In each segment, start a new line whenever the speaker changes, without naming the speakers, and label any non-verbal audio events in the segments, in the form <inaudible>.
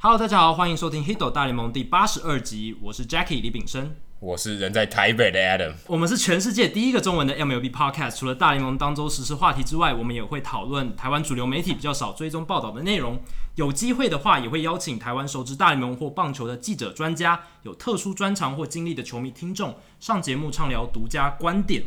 Hello，大家好，欢迎收听《Hiddle 大联盟》第八十二集，我是 Jackie 李炳生。
我是人在台北的 Adam，
我们是全世界第一个中文的 MLB Podcast。除了大联盟当周实时话题之外，我们也会讨论台湾主流媒体比较少追踪报道的内容。有机会的话，也会邀请台湾熟知大联盟或棒球的记者、专家，有特殊专长或经历的球迷听众上节目畅聊独家观点。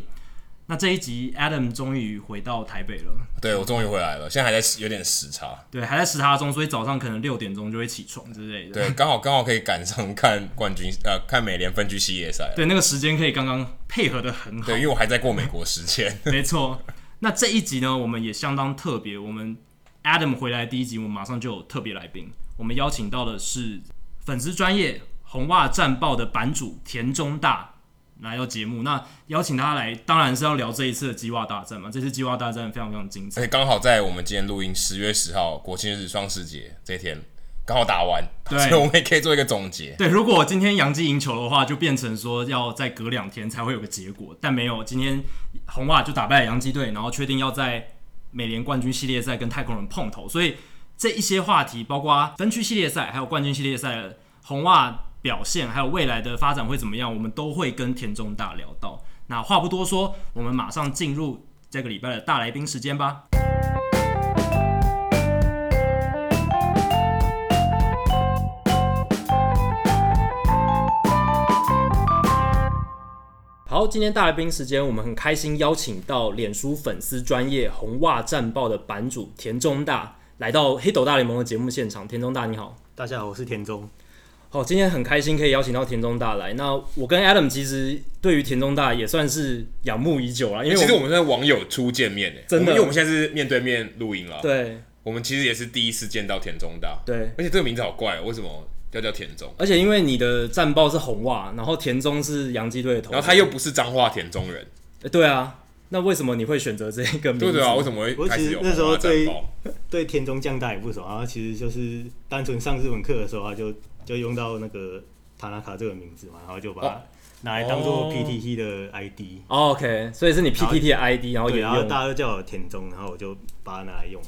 那这一集 Adam 终于回到台北了，
对我终于回来了，现在还在有点时差，
对，还在时差中，所以早上可能六点钟就会起床之类的。
对，刚好刚好可以赶上看冠军，呃，看美联分区系列赛了，
对，那个时间可以刚刚配合的很好。
对，因为我还在过美国时间， <laughs>
没错。那这一集呢，我们也相当特别。我们 Adam 回来第一集，我们马上就有特别来宾。我们邀请到的是粉丝专业红袜战报的版主田中大来到节目。那邀请他来，当然是要聊这一次的鸡袜大战嘛。这次鸡袜大战非常非常精彩
而。且刚好在我们今天录音十月十号国庆日双十节这一天刚好打完，
对
所以我们也可以做一个总结。
对，如果今天杨基赢球的话，就变成说要再隔两天才会有个结果，但没有，今天红袜就打败了洋基队，然后确定要在美联冠军系列赛跟太空人碰头，所以这一些话题，包括分区系列赛，还有冠军系列赛，红袜表现，还有未来的发展会怎么样，我们都会跟田中大聊到。那话不多说，我们马上进入这个礼拜的大来宾时间吧。好，今天大来宾时间，我们很开心邀请到脸书粉丝专业红袜战报的版主田中大来到黑斗大联盟的节目现场。田中大，你好。
大家好，我是田中。
好，今天很开心可以邀请到田中大来。那我跟 Adam 其实对于田中大也算是仰慕已久了，因
因为其
为
实
我
我们现在网友初见面诶，
真的
我们因为我们现在是面对面录音了，
对
我们其实也是第一次见到田中大，
对，
而且这个名字好怪哦，为什么要叫田中？
而且因为你的战报是红袜，然后田中是洋基队的头，
然后他又不是彰化田中人，
诶对啊，那为什么你会选择这个名字？
对对啊，为什么
我
会
其
开
实
始有
那时候
红袜战
最
报
对田中将大也不熟，然后其实就是单纯上日文课的时候，他就就用到那个塔纳卡这个名字嘛，然后就把它拿来当
哦
做 PTT 的 ID，、
哦 OK，所以是你 PTT 的 ID，然后
对，
也
然后
用。
大家都叫我田中，然后我就把它拿来用了。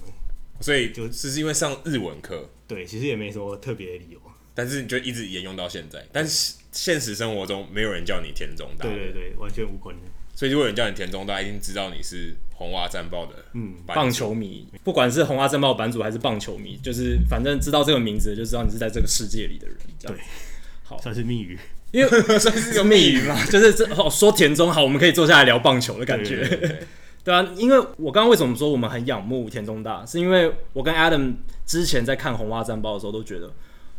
所以
就
就是因为上日文课，
对，其实也没什么特别的理由。
但是你就一直沿用到现在。但是现实生活中没有人叫你田中大，
对对对，完全无关的。
所以如果有人叫你田中大，一定知道你是红袜战报的
嗯，
班 <laughs>
棒
主。
球迷，不管是红花战报版主还是棒球迷，就是反正知道这个名字，就知道你是在这个世界里的人。这样
对算是密语。
因为算是个密语嘛，就是这哦，说田中好，我们可以坐下来聊棒球的感觉。
对对
对对
对啊，因为我刚刚为什么说我们很仰慕田中大，是因为我跟 Adam 之前在看红袜战报的时候都觉得，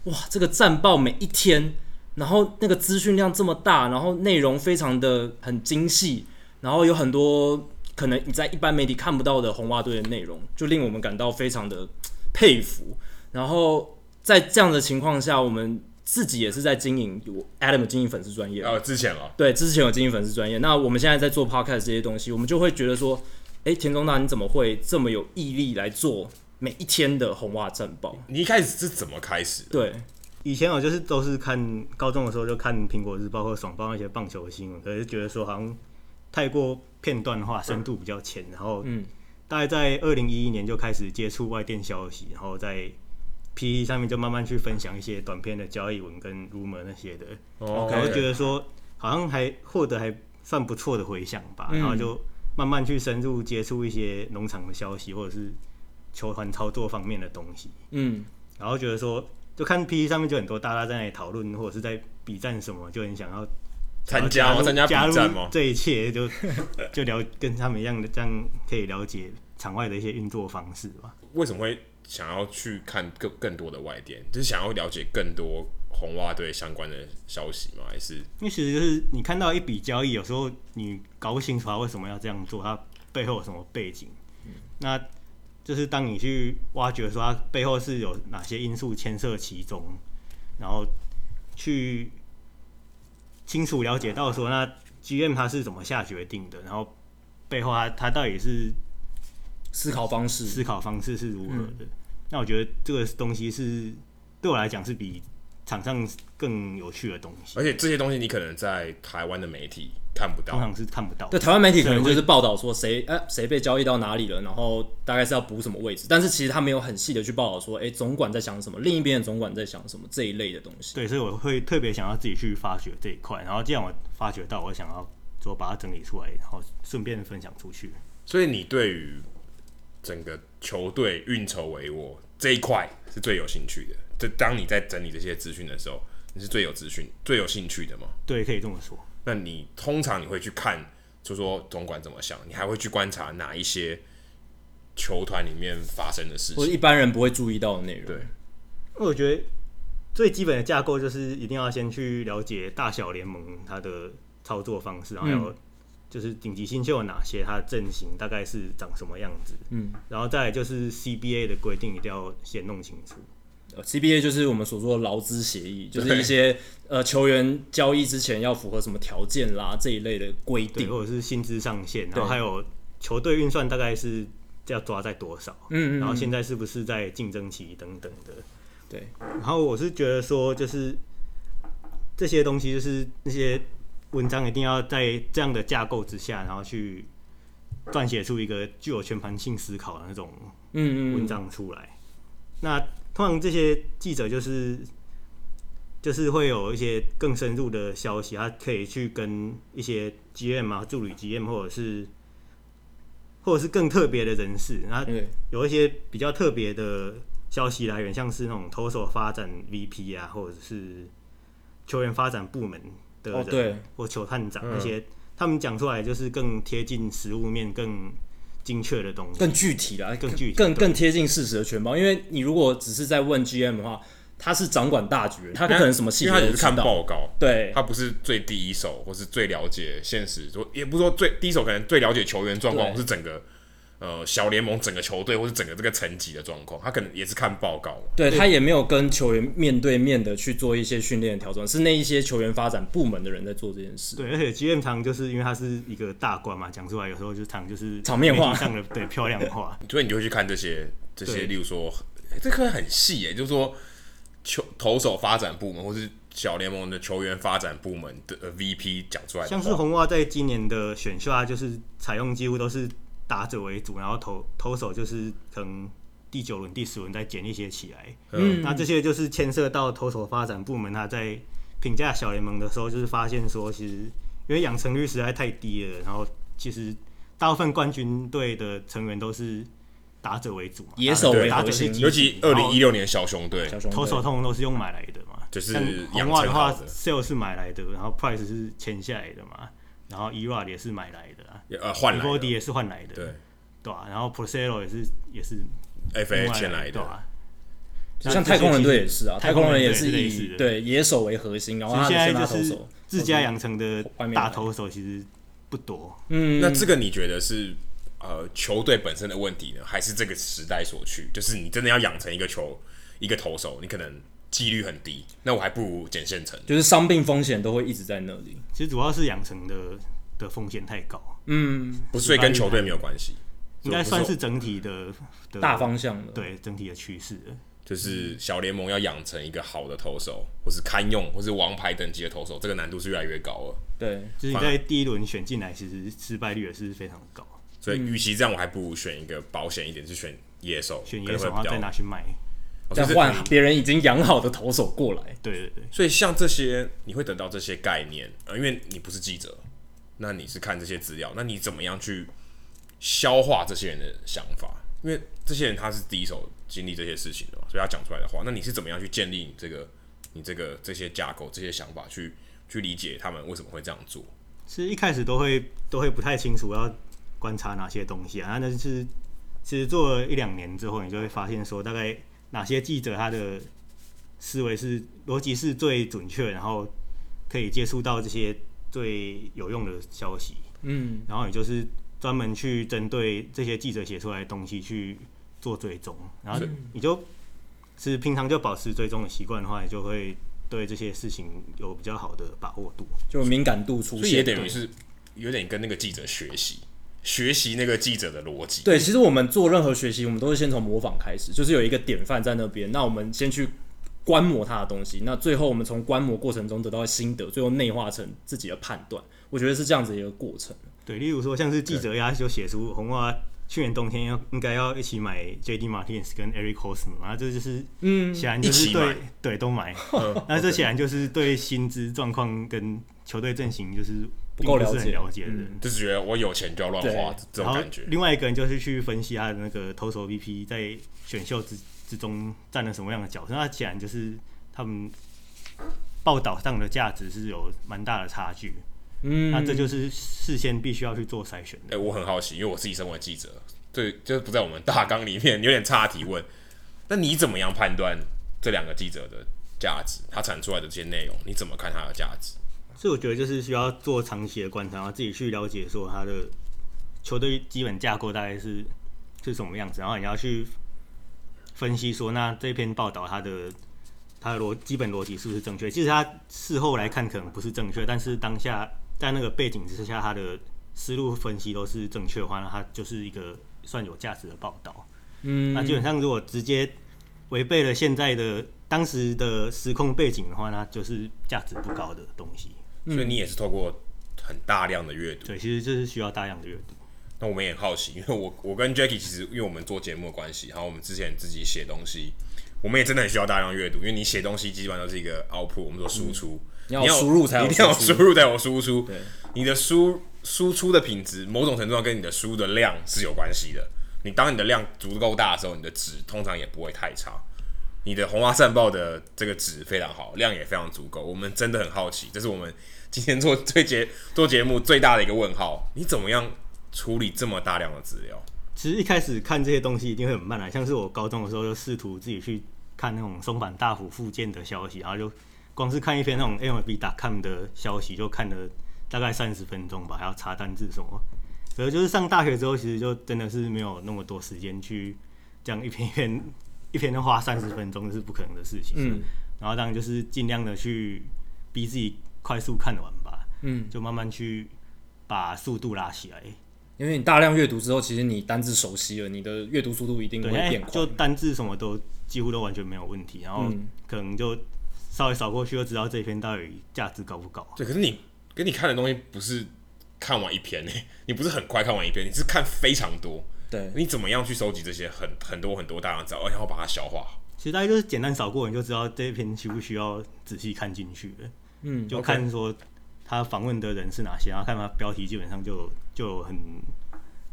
哇，这个战报每一天，然后那个资讯量这么大，然后内容非常的很精细，然后有很多可能你在一般媒体看不到的红袜队的内容，就令我们感到非常的佩服。然后在这样的情况下，我们自己也是在经营我 Adam 经营粉丝专业，
呃，之前啊，
对，之前有经营粉丝专业，那我们现在在做 podcast 这些东西，我们就会觉得说，哎，田中大你怎么会这么有毅力来做每一天的红袜战报？
你一开始是怎么开始的？
对，
以前我就是都是看高中的时候就看苹果日报或爽报那些棒球新闻，可是觉得说好像太过片段化，深度比较浅。然后，
嗯，
大概在二零一一年就开始接触外电消息，然后在 PE 上面就慢慢去分享一些短篇的交易文跟 rumor 那些的，
哦
然后觉得说好像还获得还算不错的回响吧，
嗯
然后就慢慢去深入接触一些农场的消息或者是球团操作方面的东西。
嗯，
然后觉得说，就看 P E 上面就很多大家在那里讨论，或者是在比战什么，就很想要
参加
加
吗？
入
参加
哦加
比
入
战吗？
这一切就 <laughs> 就了跟他们一样的，这样可以了解场外的一些运作方式吧。
为什么会想要去看更更多的外电？就是想要了解更多红袜队相关的消息吗？还是
因为其实就是你看到一笔交易，有时候你搞不清楚他为什么要这样做，他背后有什么背景。那就是当你去挖掘说他背后是有哪些因素牵涉其中，然后去清楚了解到说那 GM 他是怎么下决定的，然后背后他他到底是
思考方式，
思考方式是如何
嗯
的。那我觉得这个东西是对我来讲是比场上更有趣的东西。
而且这些东西你可能在台湾的媒体看不到。
通常是看不到
对
的。
台湾媒体可能就是报道说谁呃谁被交易到哪里了，然后大概是要补什么位置，但是其实他没有很细的去报道说，哎，总管在想什么，另一边的总管在想什么这一类的东西。
对，所以我会特别想要自己去发掘这一块，然后既然我发掘到，我想要说把它整理出来，然后顺便分享出去。
所以你对于整个球队运筹帷幄这一块是最有兴趣的。这当你在整理这些资讯的时候，你是最有资讯、最有兴趣的吗？
对，可以这么说。
那你通常你会去看，就说总管怎么想，你还会去观察哪一些球团里面发生的事
或者
情。
一般人不会注意到的内容。
对，
我觉得最基本的架构就是一定要先去了解大小联盟它的操作方式，还有就是顶级新秀有哪些，它的阵型大概是长什么样子。
嗯，
然后再来就是 CBA 的规定一定要先弄清楚。
呃 CBA 就是我们所说的劳资协议，就是一些呃球员交易之前要符合什么条件啦这一类的规
对，
定。
或者是薪资上限，然后
对
还有球队运算大概是要抓在多少，
嗯嗯嗯
然后现在是不是在竞争期等等的。
对，
然后我是觉得说，就是这些东西，就是那些文章一定要在这样的架构之下，然后去撰写出一个具有全盘性思考的那种
嗯嗯
文
嗯，
章出来。那通常这些记者就是就是会有一些更深入的消息，他可以去跟一些 GM 啊、助理 GM 或者是或者是更特别的人士，那
对，
有一些比较特别的消息来源，像是那种投手发展 VP 啊，或者是球员发展部门的人，
哦对
或球探长
嗯
那些，他们讲出来就是更贴近实物面、更精确的东西。
更具体啦，
更具体
更更贴近事实的全貌。因为你如果只是在问 GM 的话，他是掌管大局，他不可能什么细
因
节
为
都
他只是
知
看
道。
报告，
对，
他不是最第一手，或是最了解现实，说也不是说最第一手，可能最了解球员状况，
对
或是整个呃小联盟整个球队，或是整个这个层级的状况，他可能也是看报告嘛。
对他也没有跟球员面对面的去做一些训练的调整，是那一些球员发展部门的人在做这件事。
对，而且 GM 常就是因为他是一个大官嘛，讲出来有时候就常就是
场面化
媒体上的对漂亮话。
所以你就会去看这些这些，
对
例如说，欸这个很细耶、就是说球投手发展部门，或是小联盟的球员发展部门的、呃、VP 讲出来的
像是
话，
红袜在今年的选秀啊，就是采用几乎都是打者为主，然后投投手就是可能第九轮、第十轮再捡一些起来。
嗯
那这些就是牵涉到投手发展部门，他在评价小联盟的时候，就是发现说，其实因为养成率实在太低了，然后其实大部分冠军队的成员都是打者为主嘛，
野手为
打者
核
是
心
基
尤其
然
二
后
零一六年小熊队
小熊队
投手通常都是用买来的嘛，
就是
像
养
红袜的话
成好的
，Sale 是买来的，然后 Price 是签下来的嘛，然后 Erod 也是买来的、啊
呃换
e
来
v o d
的
也是换来的，
对
对啊，然后 Procelo 也是也是
FA
签
哎签来
对
的，
啊。
就像太空人队也是啊，
太
太
空
空
人
人
队
也
是
是
类似的
以对野手为核心，然后
所以
他的先
现
发
在就
投
是
手，
自家养成的
外面
大
来
投手其实不多，
嗯，
那这个你觉得是呃球队本身的问题呢，还是这个时代所趋？就是你真的要养成一个球一个投手，你可能几率很低，那我还不如捡现成。
就是伤病风险都会一直在那里。
其实主要是养成的的风险太高，
嗯，
不是，所以跟球队没有关系，
应该算
所以
是整体的的
大方向的。，
对整体的趋势
不是
了。
说就是小联盟要养成一个好的投手，或是堪用，或是王牌等级的投手，这个难度是越来越高了。
对，
就是你
反
在第一轮选进来，其实失败率也是非常高，
所以，与其这样，我还不如选一个保险一点，是选野手，
选
可
野
能
手啊
会
然后
比较
再拿去卖。
哦
再
就是
换别人已经养好的投手过来。
对对对，
所以像这些，你会得到这些概念，呃，因为你不是记者，那你是看这些资料，那你怎么样去消化这些人的想法？因为这些人他是第一手经历这些事情的嘛，所以他讲出来的话，那你是怎么样去建立你这个、你这个这些架构、这些想法，去去理解他们为什么会这样做？
是一开始都会都会不太清楚要观察哪些东西啊，那但是其实做了一两年之后，你就会发现说大概哪些记者他的思维是逻辑是最准确，然后可以接触到这些最有用的消息，
嗯，
然后你就是专门去针对这些记者写出来的东西去做追踪，然后你就是平常就保持追踪的习惯的话，你就会对这些事情有比较好的把握度。
就敏感度出
所以也
现。
等于是有点跟那个记者学习，学习那个记者的逻辑。
对，其实我们做任何学习，我们都是先从模仿开始，就是有一个典范在那边，那我们先去观摩他的东西，那最后我们从观摩过程中得到心得，最后内化成自己的判断，我觉得是这样子的一个过程。
对，例如说像是记者呀，就写出红袜去年冬天要应该要一起买 J.D. Martins 跟 Eric Cosmo，然后这就是
嗯
显然就
一
是
起买
对对都买，
嗯
<laughs> 那这显然就是对薪资状况跟球队阵型就是
不够
并
了
是很
解
了解的人。
就是觉得我有钱就要乱花
对
这种
然后
感觉。
另外一个人就是去分析他的那个投手 VP 在选秀之之中占了什么样的角色，那显然就是他们报道上的价值是有蛮大的差距。
嗯，
那这就是事先必须要去做筛选
哎、
的。
我很好奇，因为我自己身为记者，对，就是不在我们大纲里面，有点差提问。那你怎么样判断这两个记者的价值？他产出来的这些内容，你怎么看它的价值？
所以我觉得就是需要做长期的观察，然后自己去了解说他的球队基本架构大概是是什么样子，然后你要去分析说那这篇报道它的它的逻基本逻辑是不是正确。其实他事后来看可能不是正确，但是当下在那个背景之下，他的思路分析都是正确的话，那它就是一个算有价值的报道。
嗯
那基本上如果直接违背了现在的当时的时空背景的话，那就是价值不高的东西。
所以你也是透过很大量的阅读。
对，其实这是需要大量的阅读。
那我们也很好奇，因为我我跟 Jackie 其实因为我们做节目的关系，然后我们之前自己写东西，我们也真的很需要大量阅读，因为你写东西基本上都是一个 output，我们说输出，
嗯你要
你
有输入才有
一定要有
输
输
出
入才有输出，
对，
你的输输出的品质某种程度上跟你的输的量是有关系的。你当你的量足够大的时候，你的值通常也不会太差。你的红花散报的这个值非常好，量也非常足够。我们真的很好奇，这是我们今天做最节做节目最大的一个问号。你怎么样处理这么大量的资料？
其实一开始看这些东西一定会很慢啊，像是我高中的时候就试图自己去看那种松坂大辅附件的消息，然后就光是看一篇那种 MLB.com 的消息就看了大概三十分钟吧，还要查单字什么。所以就是上大学之后，其实就真的是没有那么多时间去这样一篇一篇一篇的花三十分钟是不可能的事情。
嗯，
然后当然就是尽量的去逼自己快速看完吧，
嗯，
就慢慢去把速度拉起来。
因为你大量阅读之后，其实你单字熟悉了，你的阅读速度一定会
对，
哎
现在
变快。
就单字什么都几乎都完全没有问题，然后
嗯
可能就稍微扫过去就知道这篇到底价值高不高。
对，可是你跟你看的东西不是看完一篇呢、你不是很快看完一篇，你是看非常多。
对，
你怎么样去收集这些很很多很多大量的资料，然哦后把它消化好？
其实大家就是简单扫过，你就知道这篇需不需要仔细看进去了。
嗯，
就看说他访问的人是哪些，然后看他标题，基本上就就有很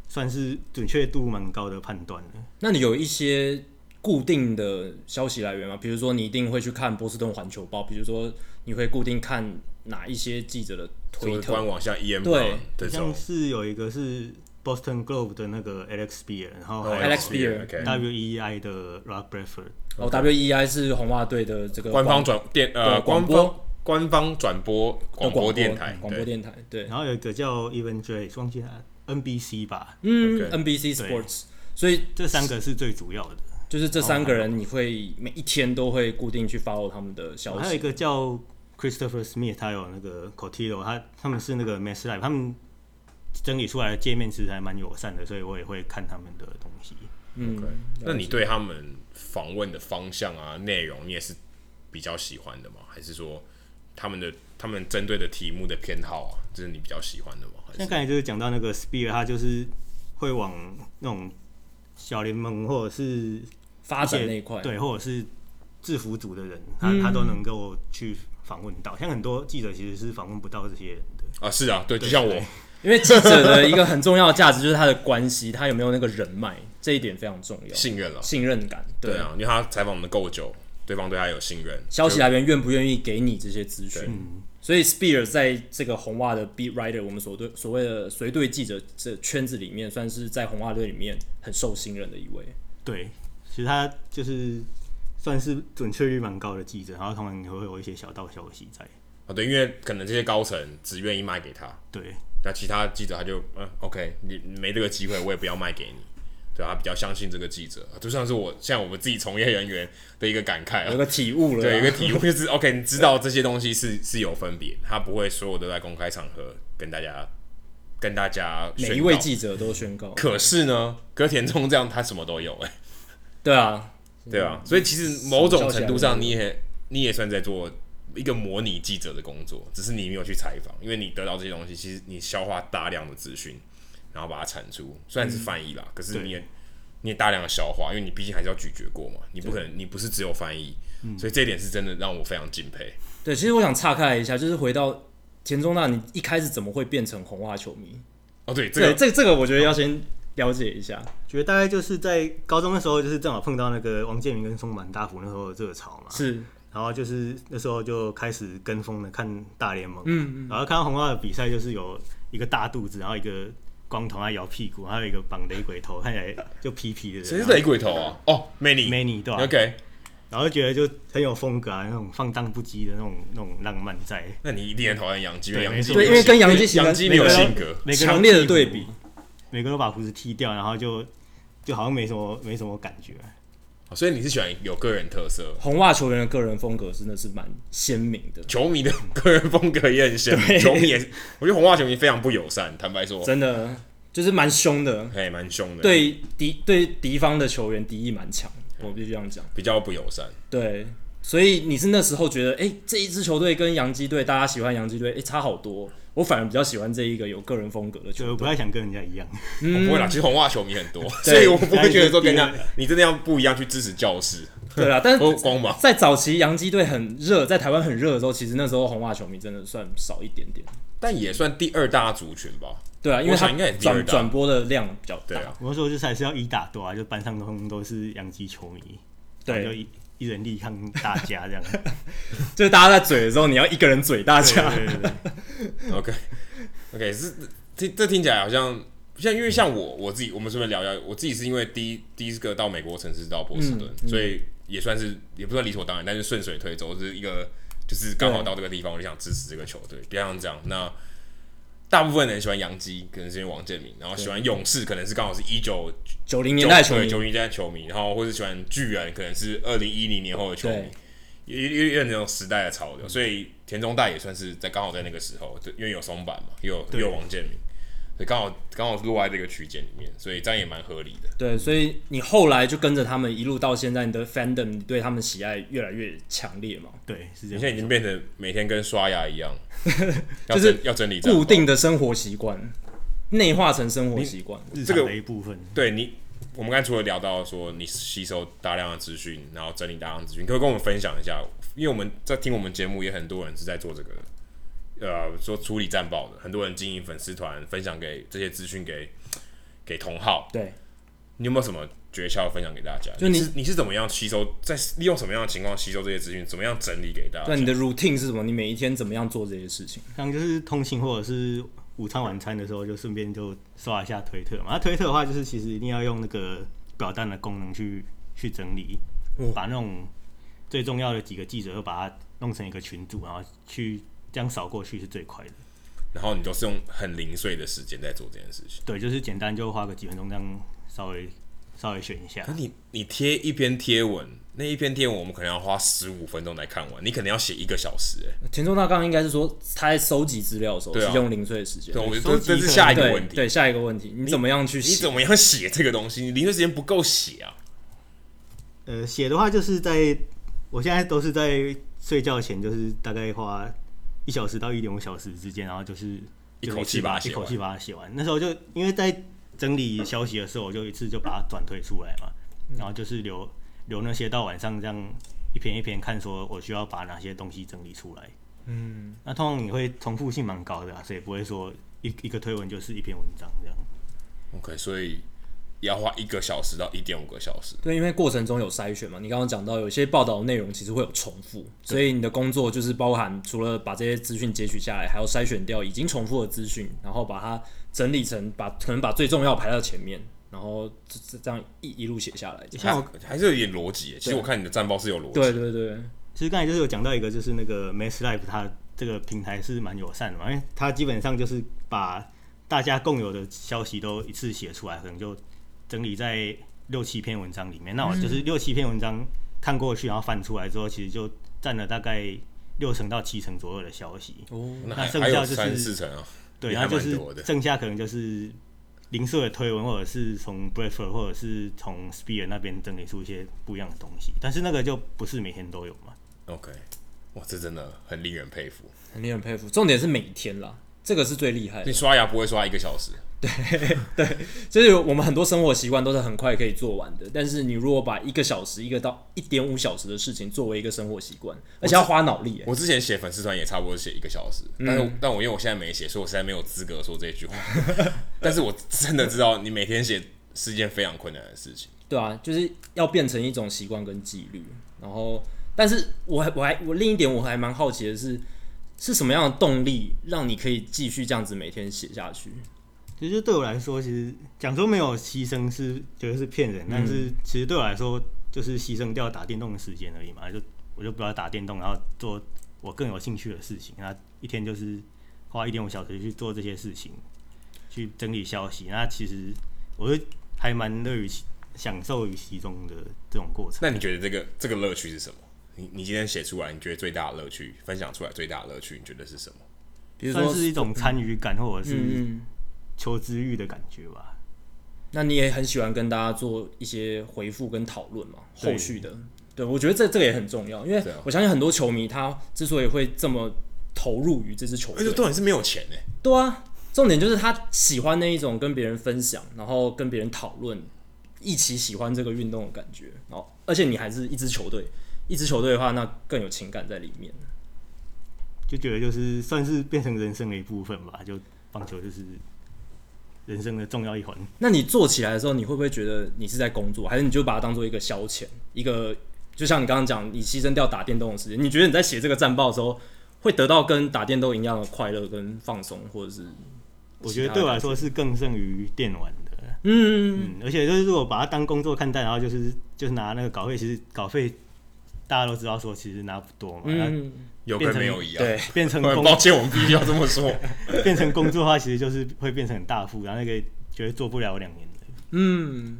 算是准确度蛮高的判断了。
那你有一些固定的消息来源吗？比如说你一定会去看波士顿环球报，比如说你会固定看哪一些记者的推
就是
特？
官网像 EM
对
对这
像
种
是有一个是 Boston Globe 的那个 Alex Beer，然后
哦
还有
Alex Beer
OK，
WEI 的 Rob Bradford。
哦，WEI 是红袜队的这个
官方转电呃
对广
官
播
方官方转播
的广
广
播
播电台
广播电台对，
然后有一个叫 Even J，忘记了 NBC 吧，
嗯
OK
，NBC
对
Sports，所以
这三个是最主要的。
就是这三个人，你会每一天都会固定去 follow 他们的消
哦
还有一
息。
个叫 Christopher Smith，他有那个 Cotillo，他他们是那个 Mass Live，他们整理出来的界面其实还蛮友善的，所以我也会看他们的东西。
嗯
对，那你对他们访问的方向啊内容，你也是比较喜欢的吗？还是说他们的他们针对的题目的偏好啊，这是你比较喜欢的吗？还
像
是
刚才就是讲到那个 Spear，他就是会往那种小联盟或者是
发展那一块，
对，或者是制服组的人，他、他都能够去访问到。像很多记者其实是访问不到这些人的。
啊是啊，对，就像我
因为记者的一个很重要的价值就是他的关系，他有没有那个人脉，这一点非常重要，
信任了，
信任感。
对啊，因为他采访我们够久，对方对他有信任，
消息来源愿不愿意给你这些资讯。所以 Spear 在这个红袜的 beat writer，我们所对所谓的随队记者这圈子里面，算是在红袜队里面很受信任的一位。
对，其实他就是算是准确率蛮高的记者，然后通常也会有一些小道消息在。
啊，对，因为可能这些高层只愿意卖给他，
对，
那其他记者他就嗯，OK，你你没这个机会，我也不要卖给你。对啊他比较相信这个记者，就像是我像我们自己从业人员的一个感慨
有
啊。
个体悟了，
对，一个，
<laughs>
体悟就是 OK，你知道这些东西是是有分别，他不会所有都在公开场合跟大家跟大家宣
每一位
告
记者都宣告，啊
可是呢，隔田中这样他什么都有哎、
对啊，
对啊，所以其实某种程度上，你也你也算在做一个模拟记者的工作，只是你没有去采访，因为你得到这些东西，其实你消化大量的资讯，然后把它产出，虽然是翻译啦，
嗯
可是你也你也大量的消化，因为你毕竟还是要咀嚼过嘛，你不可能你不是只有翻译，
嗯
所以这一点是真的让我非常敬佩。
对，其实我想岔开来一下，就是回到田中大，你一开始怎么会变成红袜球迷？
哦，对，这
这
个
个、这个、这个，我觉得要先了解一下。
觉得大概就是在高中的时候，就是正好碰到那个王建民跟松坂大辅那时候的热潮嘛，
是，
然后就是那时候就开始跟风的看大联盟，嗯嗯，然后看到红袜的比赛，就是有一个大肚子，然后一个光头，还摇屁股，还有一个绑雷鬼头，看起来就皮皮的人，
谁是雷鬼头啊？哦，Many，OK，
Many 对吧、啊然后就觉得就很有风格啊，那种放荡不羁的那种那种浪漫在，
那你一定很讨厌杨基，因为杨
对没
基
错
没
对
有
因为跟杨基
性
喜欢
杨基没有
每个人
性格，
每个人都
强烈的
剃胡
对比，
每个都把胡子剃掉，然后就就好像没什么没什么感觉，
哦所以你是喜欢有个人特色，
红袜球员的个人风格真的是蛮鲜明的，
球迷的个人风格也很鲜明，球迷也是，我觉得红袜球迷非常不友善，坦白说，
真的就是蛮凶的，
哎，蛮凶的，，
对敌对敌方的球员敌意蛮强，我必须这样讲。
比较不友善。
对，所以你是那时候觉得，哎、这一支球队跟洋基队，大家喜欢洋基队，哎、差好多。我反而比较喜欢这一个有个人风格的球
就不
队。
太想跟人家
<laughs>
一样。
我不会啦，其实红袜球迷很多，所以我不会觉得说跟人家，你真的要不一样去支持教室，
对啦，但
或
是
光芒。
在早期洋基队很热，在台湾很热的时候，其实那时候红袜球迷真的算少一点点。
但也算第二大族群吧。
对啊，因为
我想
他
应该也是第二
转
大
转播的量比较
对
大。
啊，
我那时候就是还是要一打多啊，就班上通通都是洋基球迷，然后就
对，
一一人力抗大家
<laughs>
这样。
就是大家在嘴的时候，你要一个人嘴大家。
对对对，
<laughs> OK OK，是这这听起来好像像因为像我我自己，我们顺便聊一聊，我自己是因为第一第一个到美国城市到波士顿，所以也算是也不算理所当然，但是顺水推舟是一个就是刚好到这个地方，我就想支持这个球队，比较像这样。那大部分人喜欢洋基，可能是因为王建民，然后喜欢勇士，可能是刚好是一九
九零年代球
对
迷，
九零年代球迷，然后或是喜欢巨人，可能是二零一零年后的球迷
对，
有有有那种时代的潮流，所以田中大也算是在刚好在那个时候，就因为有松坂嘛，又有又有王建民，所以刚好刚好落在这个区间里面，所以这样也蛮合理的。
对，所以你后来就跟着他们一路到现在，你的 fandom，你对他们喜爱越来越强烈嘛？
对是这
你
样
现。在已经变成每天跟刷牙一
<laughs>
样，要
就是
整要整理账
固
号
定的生活习惯，内化成生活习惯。
日
这
常
个
的一部分，
对你，我们刚才除了聊到说你吸收大量的资讯，然后整理大量的资讯，可不可以跟我们分享一下？因为我们在听我们节目，也很多人是在做这个，呃，说处理战报的，很多人经营粉丝团，分享给这些资讯给给同号。
对，
你有没有什么诀窍分享给大家？
就
你
你
是你是怎么样吸收，在利用什么样的情况吸收这些资讯，怎么样整理给大
那
家？
你的 routine 是什么？你每一天怎么样做这些事情？
像就是通勤或者是午餐晚餐的时候，就顺便就刷一下推特嘛。那推特的话，就是其实一定要用那个表单的功能去去整理，
哦
把那种最重要的几个记者，就把它弄成一个群组，然后去这样扫过去是最快的。
然后你都是用很零碎的时间在做这件事情。
对，就是简单就花个几分钟这样稍微稍微选一下
可。你你贴一篇贴文，那一篇贴文我们可能要花十五分钟来看完，你可能要写一个小时、哎，
田中大纲应该是说他在收集资料的时候
对啊
是用零碎的时间
对，。我觉
收
得
集
这这
可
是
能
下一个
对
问题，
对，下一个问题，你怎么样去
你
写？
怎么样写这个东西？你零碎时间不够写啊。
呃，写的话就是在我现在都是在睡觉前，就是大概花一小时到一点五小时之间，然后就是
一
就是
口气
次
把它
一
写
口
完
气把它写完。那时候就因为在整理消息的时候，我就一次就把它转推出来嘛，
嗯
然后就是留留那些到晚上这样一篇一篇看，说我需要把哪些东西整理出来。嗯，那通常你会重复性蛮高的、啊，所以不会说一一个推文就是一篇文章这样。
OK，所以要花一个小时到一点五个小时。
对，因为过程中有筛选嘛。你刚刚讲到有些报道的内容其实会有重复，所以你的工作就是包含除了把这些资讯截取下来，还要筛选掉已经重复的资讯，然后把它整理成把可能把最重要排到前面，然后这这这样一一路写下来。这样
还还是有点逻辑、哎其实我看你的战报是有逻辑，
对对对，
其实刚才就是有讲到一个，就是那个 Mass Life 它这个平台是蛮友善的嘛，因为它基本上就是把大家共有的消息都一次写出来，可能就整理在六七篇文章里面。那我就是六七篇文章看过去，然后翻出来之后，其实就占了大概六成到七成左右的消息。
哦，
那还
那剩
还
下
有
就是
三四成啊，
对，
也还
然后就
蛮
是
多的。
剩下可能就是零碎的推文，或者是从 Bradford，或者是从 Spear 那边整理出一些不一样的东西，但是那个就不是每天都有嘛。
OK，哇，这真的很令人佩服。
很令人佩服。重点是每天啦，这个是最厉害
你
的。
刷牙不会刷一个小时，
就是我们很多生活习惯都是很快可以做完的，但是你如果把一个小时、一个到一点五小时的事情作为一个生活习惯，而且要花脑力、欸，
我之前写粉丝团也差不多写一个小时，
嗯
但是、但我因为我现在没写，所以我实在没有资格说这句话。 <laughs> 但是我真的知道，你每天写是一件非常困难的事情。
对啊，就是要变成一种习惯跟纪律。然后，但是我还我还我另一点我还蛮好奇的是，是什么样的动力让你可以继续这样子每天写下去？
其实对我来说，其实讲说没有牺牲是觉得是骗
嗯
人，但是其实对我来说，就是牺牲掉打电动的时间而已嘛，就我就不要打电动，然后做我更有兴趣的事情，那一天就是花一点五小时去做这些事情，去整理消息，那其实我就还蛮乐于其享受于其中的这种过程。
那你觉得这个这个乐趣是什么？你你今天写出来，你觉得最大的乐趣，分享出来最大的乐趣，你觉得是什么？
比如
算
说，
是一种参与感，或者是
嗯，
求知欲的感觉吧。
那你也很喜欢跟大家做一些回复跟讨论嘛，
对
后续的。对，我觉得这这个也很重要，因为
对啊
我相信很多球迷他之所以会这么投入于这支球
哎
而
队
哎且，重点是没有钱欸呢、
对啊，重点就是他喜欢那一种跟别人分享，然后跟别人讨论，一起喜欢这个运动的感觉。哦，而且你还是一支球队，一支球队的话，那更有情感在里面。
就觉得就是算是变成人生的一部分吧。就棒球就是人生的重要一环。
那你做起来的时候，你会不会觉得你是在工作，还是你就把它当做一个消遣？一个就像你刚刚讲，你牺牲掉打电动的时间，你觉得你在写这个战报的时候，会得到跟打电动一样的快乐跟放松，或者是
我觉得对我来说是更胜于电玩的。
嗯，
嗯，而且就是如果把它当工作看待，然后就是就是拿那个稿费，其实稿费大家都知道说其实拿不多嘛。那
嗯，
有
变
跟
成
没有一样。
对，
变
<laughs>
成
很
工
抱歉，我们必须要这么说。
<laughs>
<laughs>
变成工作的话，其实就是会变成很大负担，那个绝对做不了两年的。
嗯。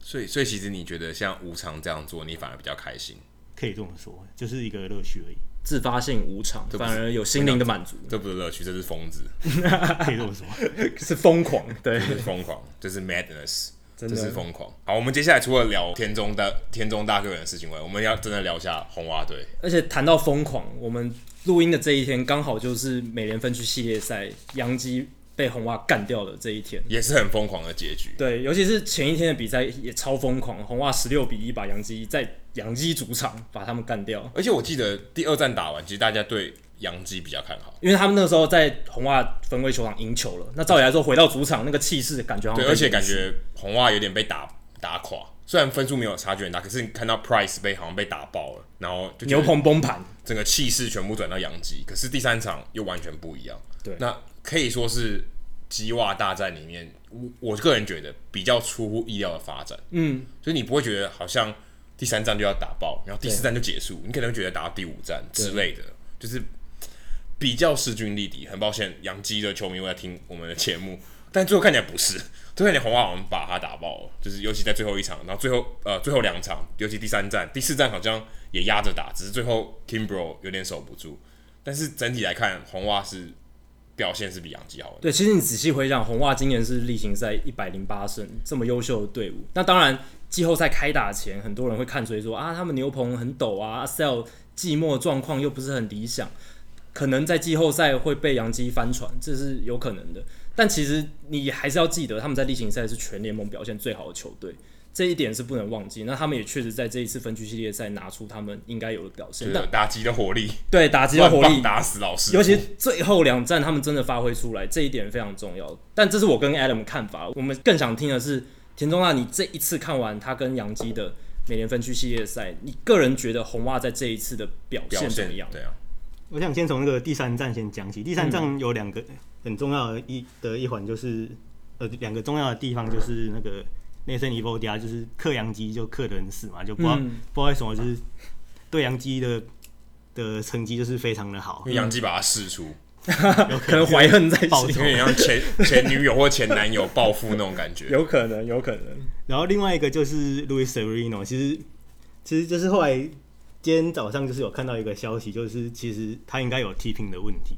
所以，所以其实你觉得像无偿这样做，你反而比较开心，
可以这么说，就是一个乐趣而已，
自发性无偿，
这不
反
是
而有心灵的满足，
这不是乐趣，这是疯子，
可以这么说。
<laughs> 是疯狂，对
这，是疯狂， <laughs> 这是 madness，
真
这是
的。
疯狂。好，我们接下来除了聊田中大田中大个人的事情外，我们要真的聊一下红袜队。
而且谈到疯狂，我们录音的这一天刚好就是美联分区系列赛杨基被红袜干掉的这一天。
也是很疯狂的结局。
对，尤其是前一天的比赛也超疯狂，红袜十六比一把杨基在杨基主场把他们干掉，
而且我记得第二战打完，其实大家对杨基比较看好，
因为他们那时候在红袜分位球场赢球了。那照理来说，回到主场那个气势感觉好像
对，
被
而
稀
且
释
感觉红袜有点被打打垮。虽然分数没有差距很大，可是你看到 Price 被好像被打爆了，然后就觉
牛
得
棚崩盘，
整个气势全部转到杨基，可是第三场又完全不一样。
对
那可以说是鸡袜大战里面，我我个人觉得比较出乎意料的发展。
嗯，
所以你不会觉得好像第三站就要打爆，然后第四站就结束，你可能会觉得打到第五站之类的，就是比较势均力敌。很抱歉，杨基的球迷会在听我们的节目，但最后看起来不是， <laughs> 最后看起来红袜好像把他打爆了，就是尤其在最后一场，然后最后呃最后两场，尤其第三站、第四站好像也压着打，只是最后 Kimbro 有点守不住，但是整体来看，红袜是表现是比杨基好的。
对，其实你仔细回想，红袜今年是例行赛一百零八胜，这么优秀的队伍。那当然，季后赛开打前，很多人会看谁说啊，他们牛棚很陡啊，Sell 寂寞状况又不是很理想，可能在季后赛会被杨基翻船，这是有可能的。但其实你还是要记得，他们在例行赛是全联盟表现最好的球队，这一点是不能忘记。那他们也确实在这一次分区系列赛拿出他们应该有的表
就
现。
是
那
打击的火力，
对打击的火
乱
力
棒，打死老师傅，
尤其最后两站，他们真的发挥出来，这一点非常重要。但这是我跟 Adam 的看法，我们更想听的是田中大，你这一次看完他跟杨基的美联分区系列赛，你个人觉得红袜在这一次的表
表
现怎
现
么样？
对啊，
我想先从那个第三站先讲起。第三
嗯
站有两个很重要的一的一环，就是呃两个重要的地方就是那个内森伊波迪亚，就是克洋基就克得很死嘛，就不知道、
嗯
不知道为什么就是对洋基的的成绩就是非常的好
因，
嗯
为杨基把他释出，
<laughs> 可能怀恨在
报
心
仇
有，点像前前女友或前男友报复那种感觉。
有可能，有可能。
然后另外一个就是 Luis Severino，其实其实就是后来今天早上就是有看到一个消息，就是其实他应该有踢平的问题，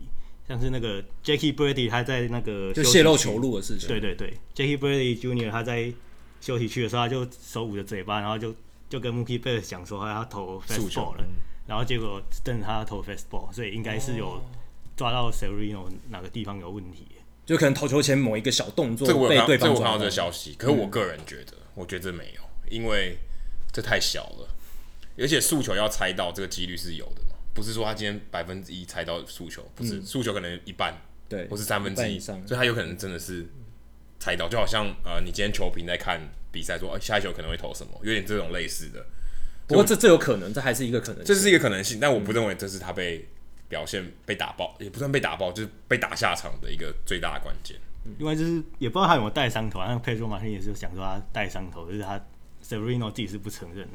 像是那个 Jackie Brady，他在那个
就
休息
泄露
区
球路的事情。
对对对，Jackie Brady Junior 他在休息区的时候，他就手捂着嘴巴，然后就就跟 Mookie Betts 讲说他要投
速球
fastball 了，然后结果真的他投 fastball，所以应该是有抓到 Sereno 哪个地方有问题。
就可能投球前某一个小动作
这个我
被
有看，
对
这
方
个我看
抓
到
到
这
嗯
个。消息，可是我个人觉得，我觉得这没有，因为这太小了，而且诉求要猜到这个几率是有的嘛，不是说他今天百分之一猜到诉求，不是诉求可能一半
嗯对，
或是三分之
半
一，
以上
所以他有可能真的是猜到，就好像呃，你今天球评在看比赛说，哎、下一球可能会投什么，有点这种类似的，
不过这这有可能，这还是一个可能性。
这是一个可能性，但我不
嗯
认为这是他被表现被打爆，也不算被打爆，就是被打下场的一个最大的关键。
另外就是也不知道他有没有带伤头，像 Pedro Martin 也是想说他带伤头，就是他 Sereno 自己是不承认，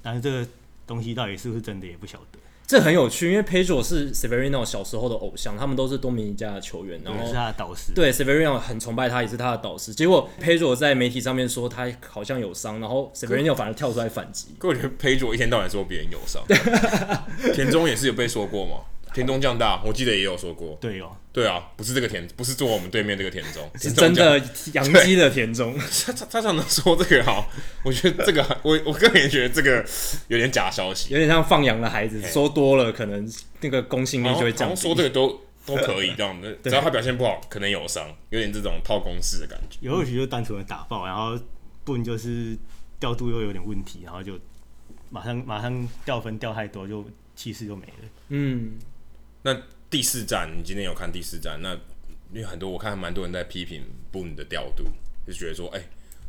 但是这个东西到底是不是真的也不晓得。
这很有趣，因为 Pedro 是 Severino 小时候的偶像，他们都是多米尼加的球员，然
也
后
是他的导师，
哦对 Severino 很崇拜他，也是他的导师。结果 Pedro 在媒体上面说他好像有伤，然后 Severino 反而跳出来反击。
可我觉得裴卓一天到晚说别人有
<laughs>
伤，田中也是有被说过嘛。田中降大，我记得也有说过。
对哦，
对啊，不是这个田，不是坐我们对面这个田中，
是
田中
真
降
的洋基的田中，
他他他常常说这个哈，我觉得这个我我个人也觉得这个有点假消息，
有点像放羊的孩子，说多了可能那个公信力
然
就
后
会降
说
低。
这个都都
<laughs>
可以这样子，只要他表现不好，可能有伤，有点这种套公式的感觉。
有或许就单纯的打爆，然后不然就是调度又有点问题，然后就马上马上掉分掉太多，就气势就没了。
嗯，
那第四站，你今天有看第四站？那因为很多我看蛮多人在批评 Boom 的调度，就觉得说，哎、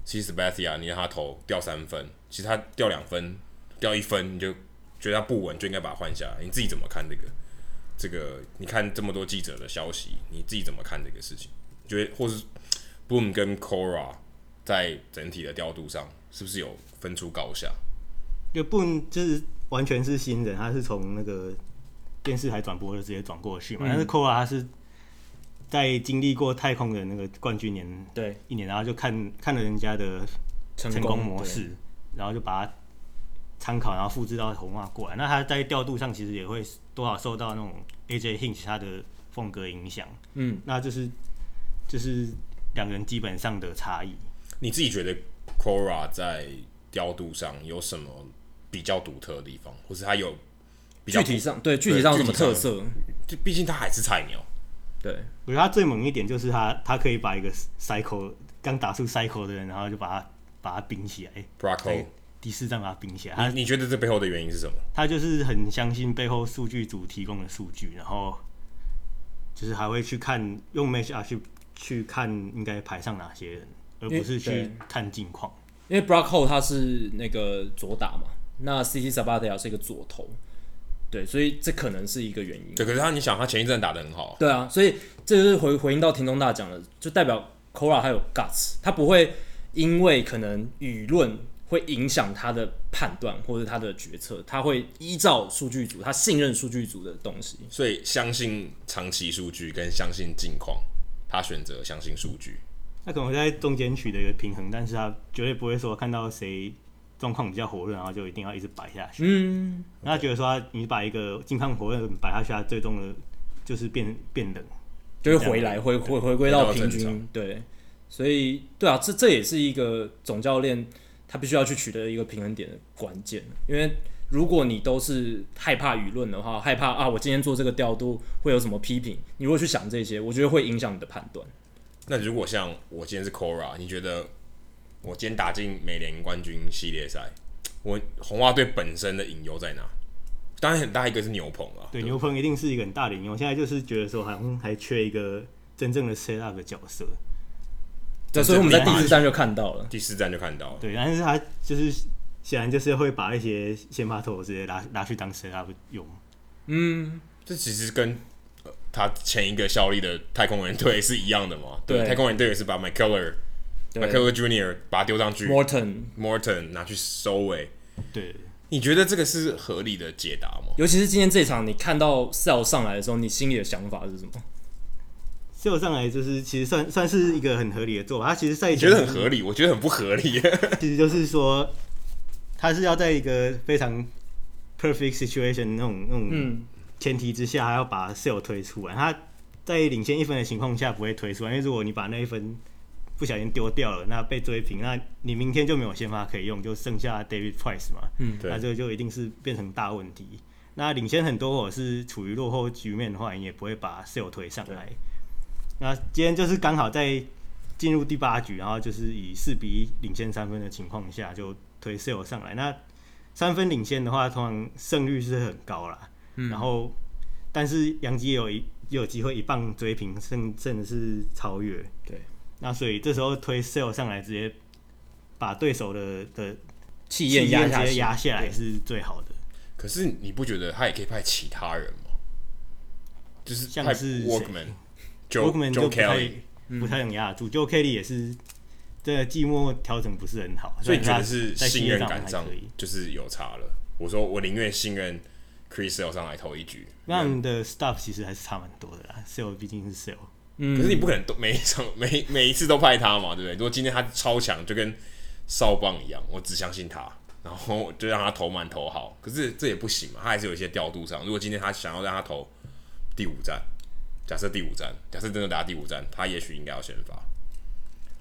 其实 Bathia 你让他投掉三分，其实他掉两分、掉一分，你就觉得他不稳，就应该把他换下来。你自己怎么看这个？这个你看这么多记者的消息，你自己怎么看这个事情？你觉得或是 Boom 跟 Cora 在整体的调度上，是不是有分出高下？
就不能就是完全是新人，他是从那个电视台转播就直接转过去嘛。但是 c o r a 他是在经历过太空的那个冠军年
对，
一年，然后就看看了人家的
成
成功模
对
式，然后就把它参考，然后复制到红袜过来。那他在调度上其实也会多少受到那种 AJ Hinch 他的风格影响。
嗯，
那就是就是两个人基本上的差异。
你自己觉得 Cora 在调度上有什么比较独特的地方，或是他有比较
具体上对具体上有什么特色？
就毕竟他还是菜鸟，
对，
我觉得他最猛一点就是他他可以把一个 cycle 刚打出 cycle 的人，然后就把他把他冰起来，
Bracco，
在第四站把他冰起来。
啊
他
你你觉得这背后的原因是什么？
他就是很相信背后数据组提供的数据，然后就是还会去看用 match up 去去看应该排上哪些人，而不
对
是去看近况。
因为 Brock Ho 他是那个左打嘛，那 CT Sabathia 是一个左投，对，所以这可能是一个原因。
对，可是他你想，他前一阵打的很好，
对啊，所以这就是回回应到田中大讲的，就代表 Kora 他有 guts，他不会因为可能舆论会影响他的判断或者他的决策，他会依照数据组，他信任数据组的东西。
所以相信长期数据跟相信近况，他选择相信数据。
他可能会在中间取得一个平衡，但是他绝对不会说看到谁状况比较火热，然后就一定要一直摆下去。
嗯，
那他觉得说他你把一个近况火热的摆下去，他最终的就是变变冷。
就会回来回回回归到平
回到正
均，对，所以对啊，这这也是一个总教练他必须要去取得一个平衡点的关键，因为如果你都是害怕舆论的话，害怕啊，我今天做这个调度会有什么批评，你如果去想这些，我觉得会影响你的判断。
那如果像我今天是 Cora，你觉得我今天打进美联冠军系列赛，我红袜队本身的隐忧在哪？当然很大一个是牛棚啊，
对，牛棚一定是一个很大的引用。现在就是觉得说好像还缺一个真正的 set up 的角色。
对，所以我们在第四站就看到了，
第四站就看到了。
对，但是他就是显然就是会把一些先发投手直接拿拿去当 set up 用。
嗯，
这其实跟、呃他前一个效力的太空人队是一样的嘛？对，
对
太空人队也是把 McCullough、
对
McCullough Junior 把他丢上去
，Morton，
，Morton 拿去收尾。
对，
你觉得这个是合理的解答吗？
嗯
尤其是今天这场，你看到 Sell 上来的时候，你心里的想法是什么？
所以我上来就是其实算算是一个很合理的做法。他其实赛
你觉
前
得很合理？我觉得很不合
<laughs>
理。
其实就是说，他是要在一个非常 perfect situation 那种那种
嗯，
前提之下，还要把 sale 推出来。他在领先一分的情况下不会推出来，因为如果你把那一分不小心丢掉了，那被追平，那你明天就没有先发可以用，就剩下 David Price 嘛，
嗯
对
那这个就一定是变成大问题。那领先很多或者是处于落后局面的话，你也不会把 s a l 推上来。那今天就是刚好在进入第八局，然后就是以四比一领先三分的情况下，就推 s a l 上来。那三分领先的话，通常胜率是很高啦。
嗯
然后，但是杨基也有一也有机会一棒追平，甚甚至是超越。
对，
那所以这时候推 s a l 上来，直接把对手的的
气焰压下
直
去，
接压下来
对
是最好的。
可是你不觉得他也可以派其他人吗？就是
像
派
是谁
Workman、
w o r k
Joe
m a n 就
Joe
不太
Kelly，
不太能压得住，Joe Kelly 也是这个季末调整不是很好，
所以你觉
他
得是
在
信
业
任
上
感上
还可以。
就是有差了？我说我宁愿信任 Chris Sale 上来投一局，
那你的 staff 其实还是差蛮多的啦，Sale 毕竟是 Sale，
嗯，
可是你不可能都 <laughs> 每一场每每一次都派他嘛，对不对？如果今天他超强，就跟哨棒一样，我只相信他，然后就让他投满投好。可是这也不行嘛，他还是有一些调度上。如果今天他想要让他投第五站，假设第五站，假设真的打第五站，他也许应该要先发。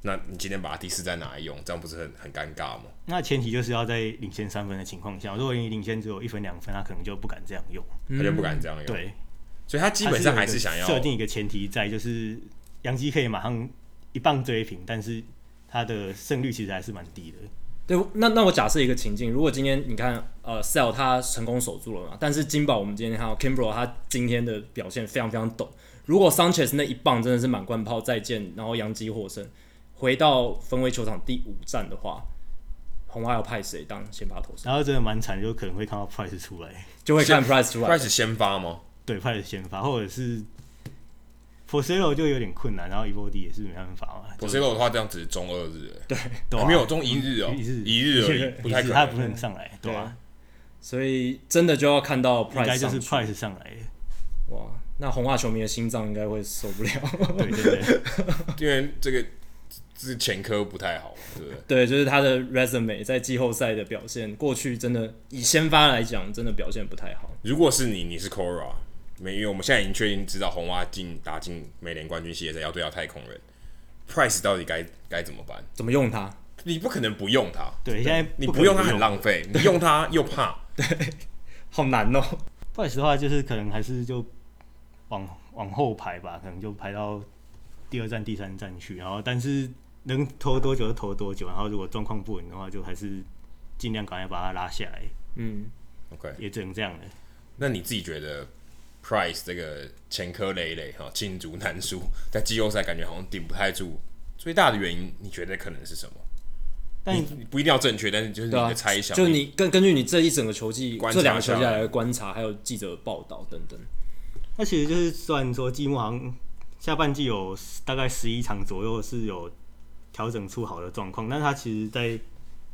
那你今天把他第四站拿来用，这样不是很很尴尬吗？
那前提就是要在领先三分的情况下，如果你领先只有一分两分，他可能就不敢这样用。
他就不敢这样用，
嗯对，
所以他基本上还是想要
设定一个前提在，就是杨基可以马上一棒追平，但是他的胜率其实还是蛮低的。
对，那那我假设一个情境，如果今天你看呃 Sell 他成功守住了嘛，但是金宝我们今天看到 Kimbro 他今天的表现非常非常陡，如果 Sanchez 那一棒真的是满贯炮再见，然后扬基获胜，回到分威球场第五战的话，红袜要派谁当先发投手？
然后真的蛮惨，就可能会看到 Price 出来，
就会看 Price 出来
Price 先发吗？
对 Price 先发，或者是 f o r c e l o 就有点困难，然后 Evody 也是没办法嘛，
我 c e l o 的话，这样只是中二日，对，
对啊
没有中一日哦，
<laughs> 一日
一日而已，不太可
他
能
不。能上来，对
对
吧
啊？所以真的就要看到
应该
Price
就
上
是
去
Price 上来，
哇，那红袜球迷的心脏应该会受不了。 <laughs>
对对对，
因为这个这前科不太好嘛，对不对？
对，就是他的 resume 在季后赛的表现，过去真的以先发来讲，真的表现不太好。
如果是你，你是 Cora，没，因为我们现在已经确定知道红蛙进打进美联冠军系列赛要对到太空人，Price 到底该该怎么办？
怎么用它？
你不可能不用他，
对现在
你
不可
不用他
能不
很
用
浪
<laughs>
费，你用他又怕，
好难哦、
不好意思的话，就是可能还是就往往后排吧，可能就排到第二站、第三站去。然后，但是能投多久就投多久。然后，如果状况不稳的话，就还是尽量赶快把它拉下来，
嗯，
OK，
也只能这样了。
那你自己觉得 Price 这个前科累累哈，罄竹难书，在季后赛感觉好像顶不太住，最大的原因你觉得可能是什么？
但
你你不一定要正确，但是就是你
对啊
的猜，
<laughs>
想，
就你根根据你这一整个球季
观察
这两个球季
下来
来的观察，还有记者的报道等等，
那其实就是虽然说季末好像下半季有大概十一场左右是有调整出好的状况，但是他其实在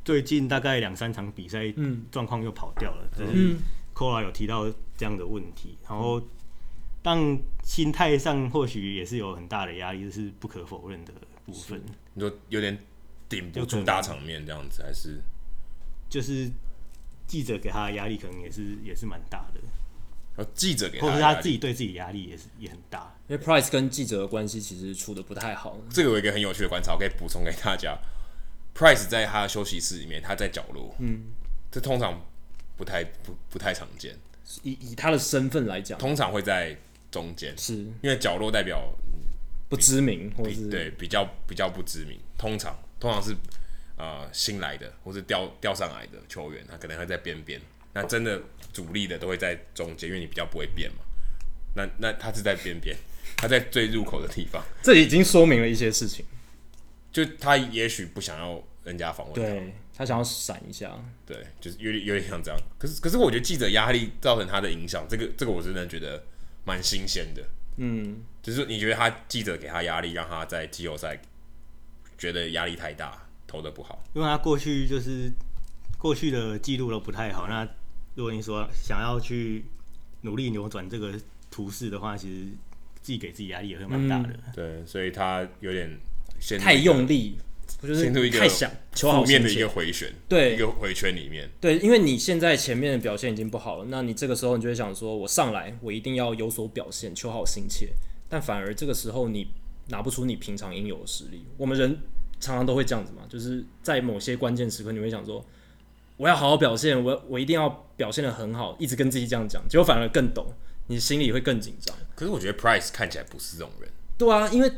最近大概两三场比赛
嗯
状况又跑掉了，只是
嗯，
c o r a 有提到这样的问题，然后但心态上或许也是有很大的压力，这是不可否认的部分。
你说有点顶不
有可
住
能
大场面这样子，还是
就是记者给他的压力可能也是也是蛮大的，
呃记者给
或
他
者
的
是
压
他
力
自己对自己压力也是也很大。
因为 Price 跟记者的关系其实处的不太好。
这个有一个很有趣的观察，我可以补充给大家。Price 在他的休息室里面，他在角落，嗯，这通常不太不不太常见，
以以他的身份来讲，
通常会在中间，
是
因为角落代表
不知名，或是
对比较比较不知名，通常通常是呃新来的或是调调上来的球员，他可能会在边边。那真的主力的都会在中间，因为你比较不会变嘛。那那他是在边边，他在最入口的地方，
这已经说明了一些事情。
就他也许不想要人家访问他，
对他想要闪一下，
对，就是有点有点像这样。可是可是我觉得记者压力造成他的影响，这个这个我真的觉得蛮新鲜的。
嗯，
就是你觉得他记者给他压力，让他在季后赛觉得压力太大，投的不好。
因为他过去就是过去的记录都不太好。那如果你说想要去努力扭转这个图示的话，其实自己给自己压力也会蛮大的。
对，所以他有点陷入
太
一个
用力，我就是
陷入一个
太想求好
负面的
心
一
切
个回旋，
对
一个回圈里面。
对，因为你现在前面的表现已经不好了，那你这个时候你就会想说，我上来我一定要有所表现，求好心切。但反而这个时候你拿不出你平常应有的实力。我们人常常都会这样子嘛，就是在某些关键时刻，你会想说，我要好好表现，我我一定要表现的很好，一直跟自己这样讲，结果反而更抖，你心里会更紧张。
可是我觉得 Price 看起来不是这种人，
对啊，因为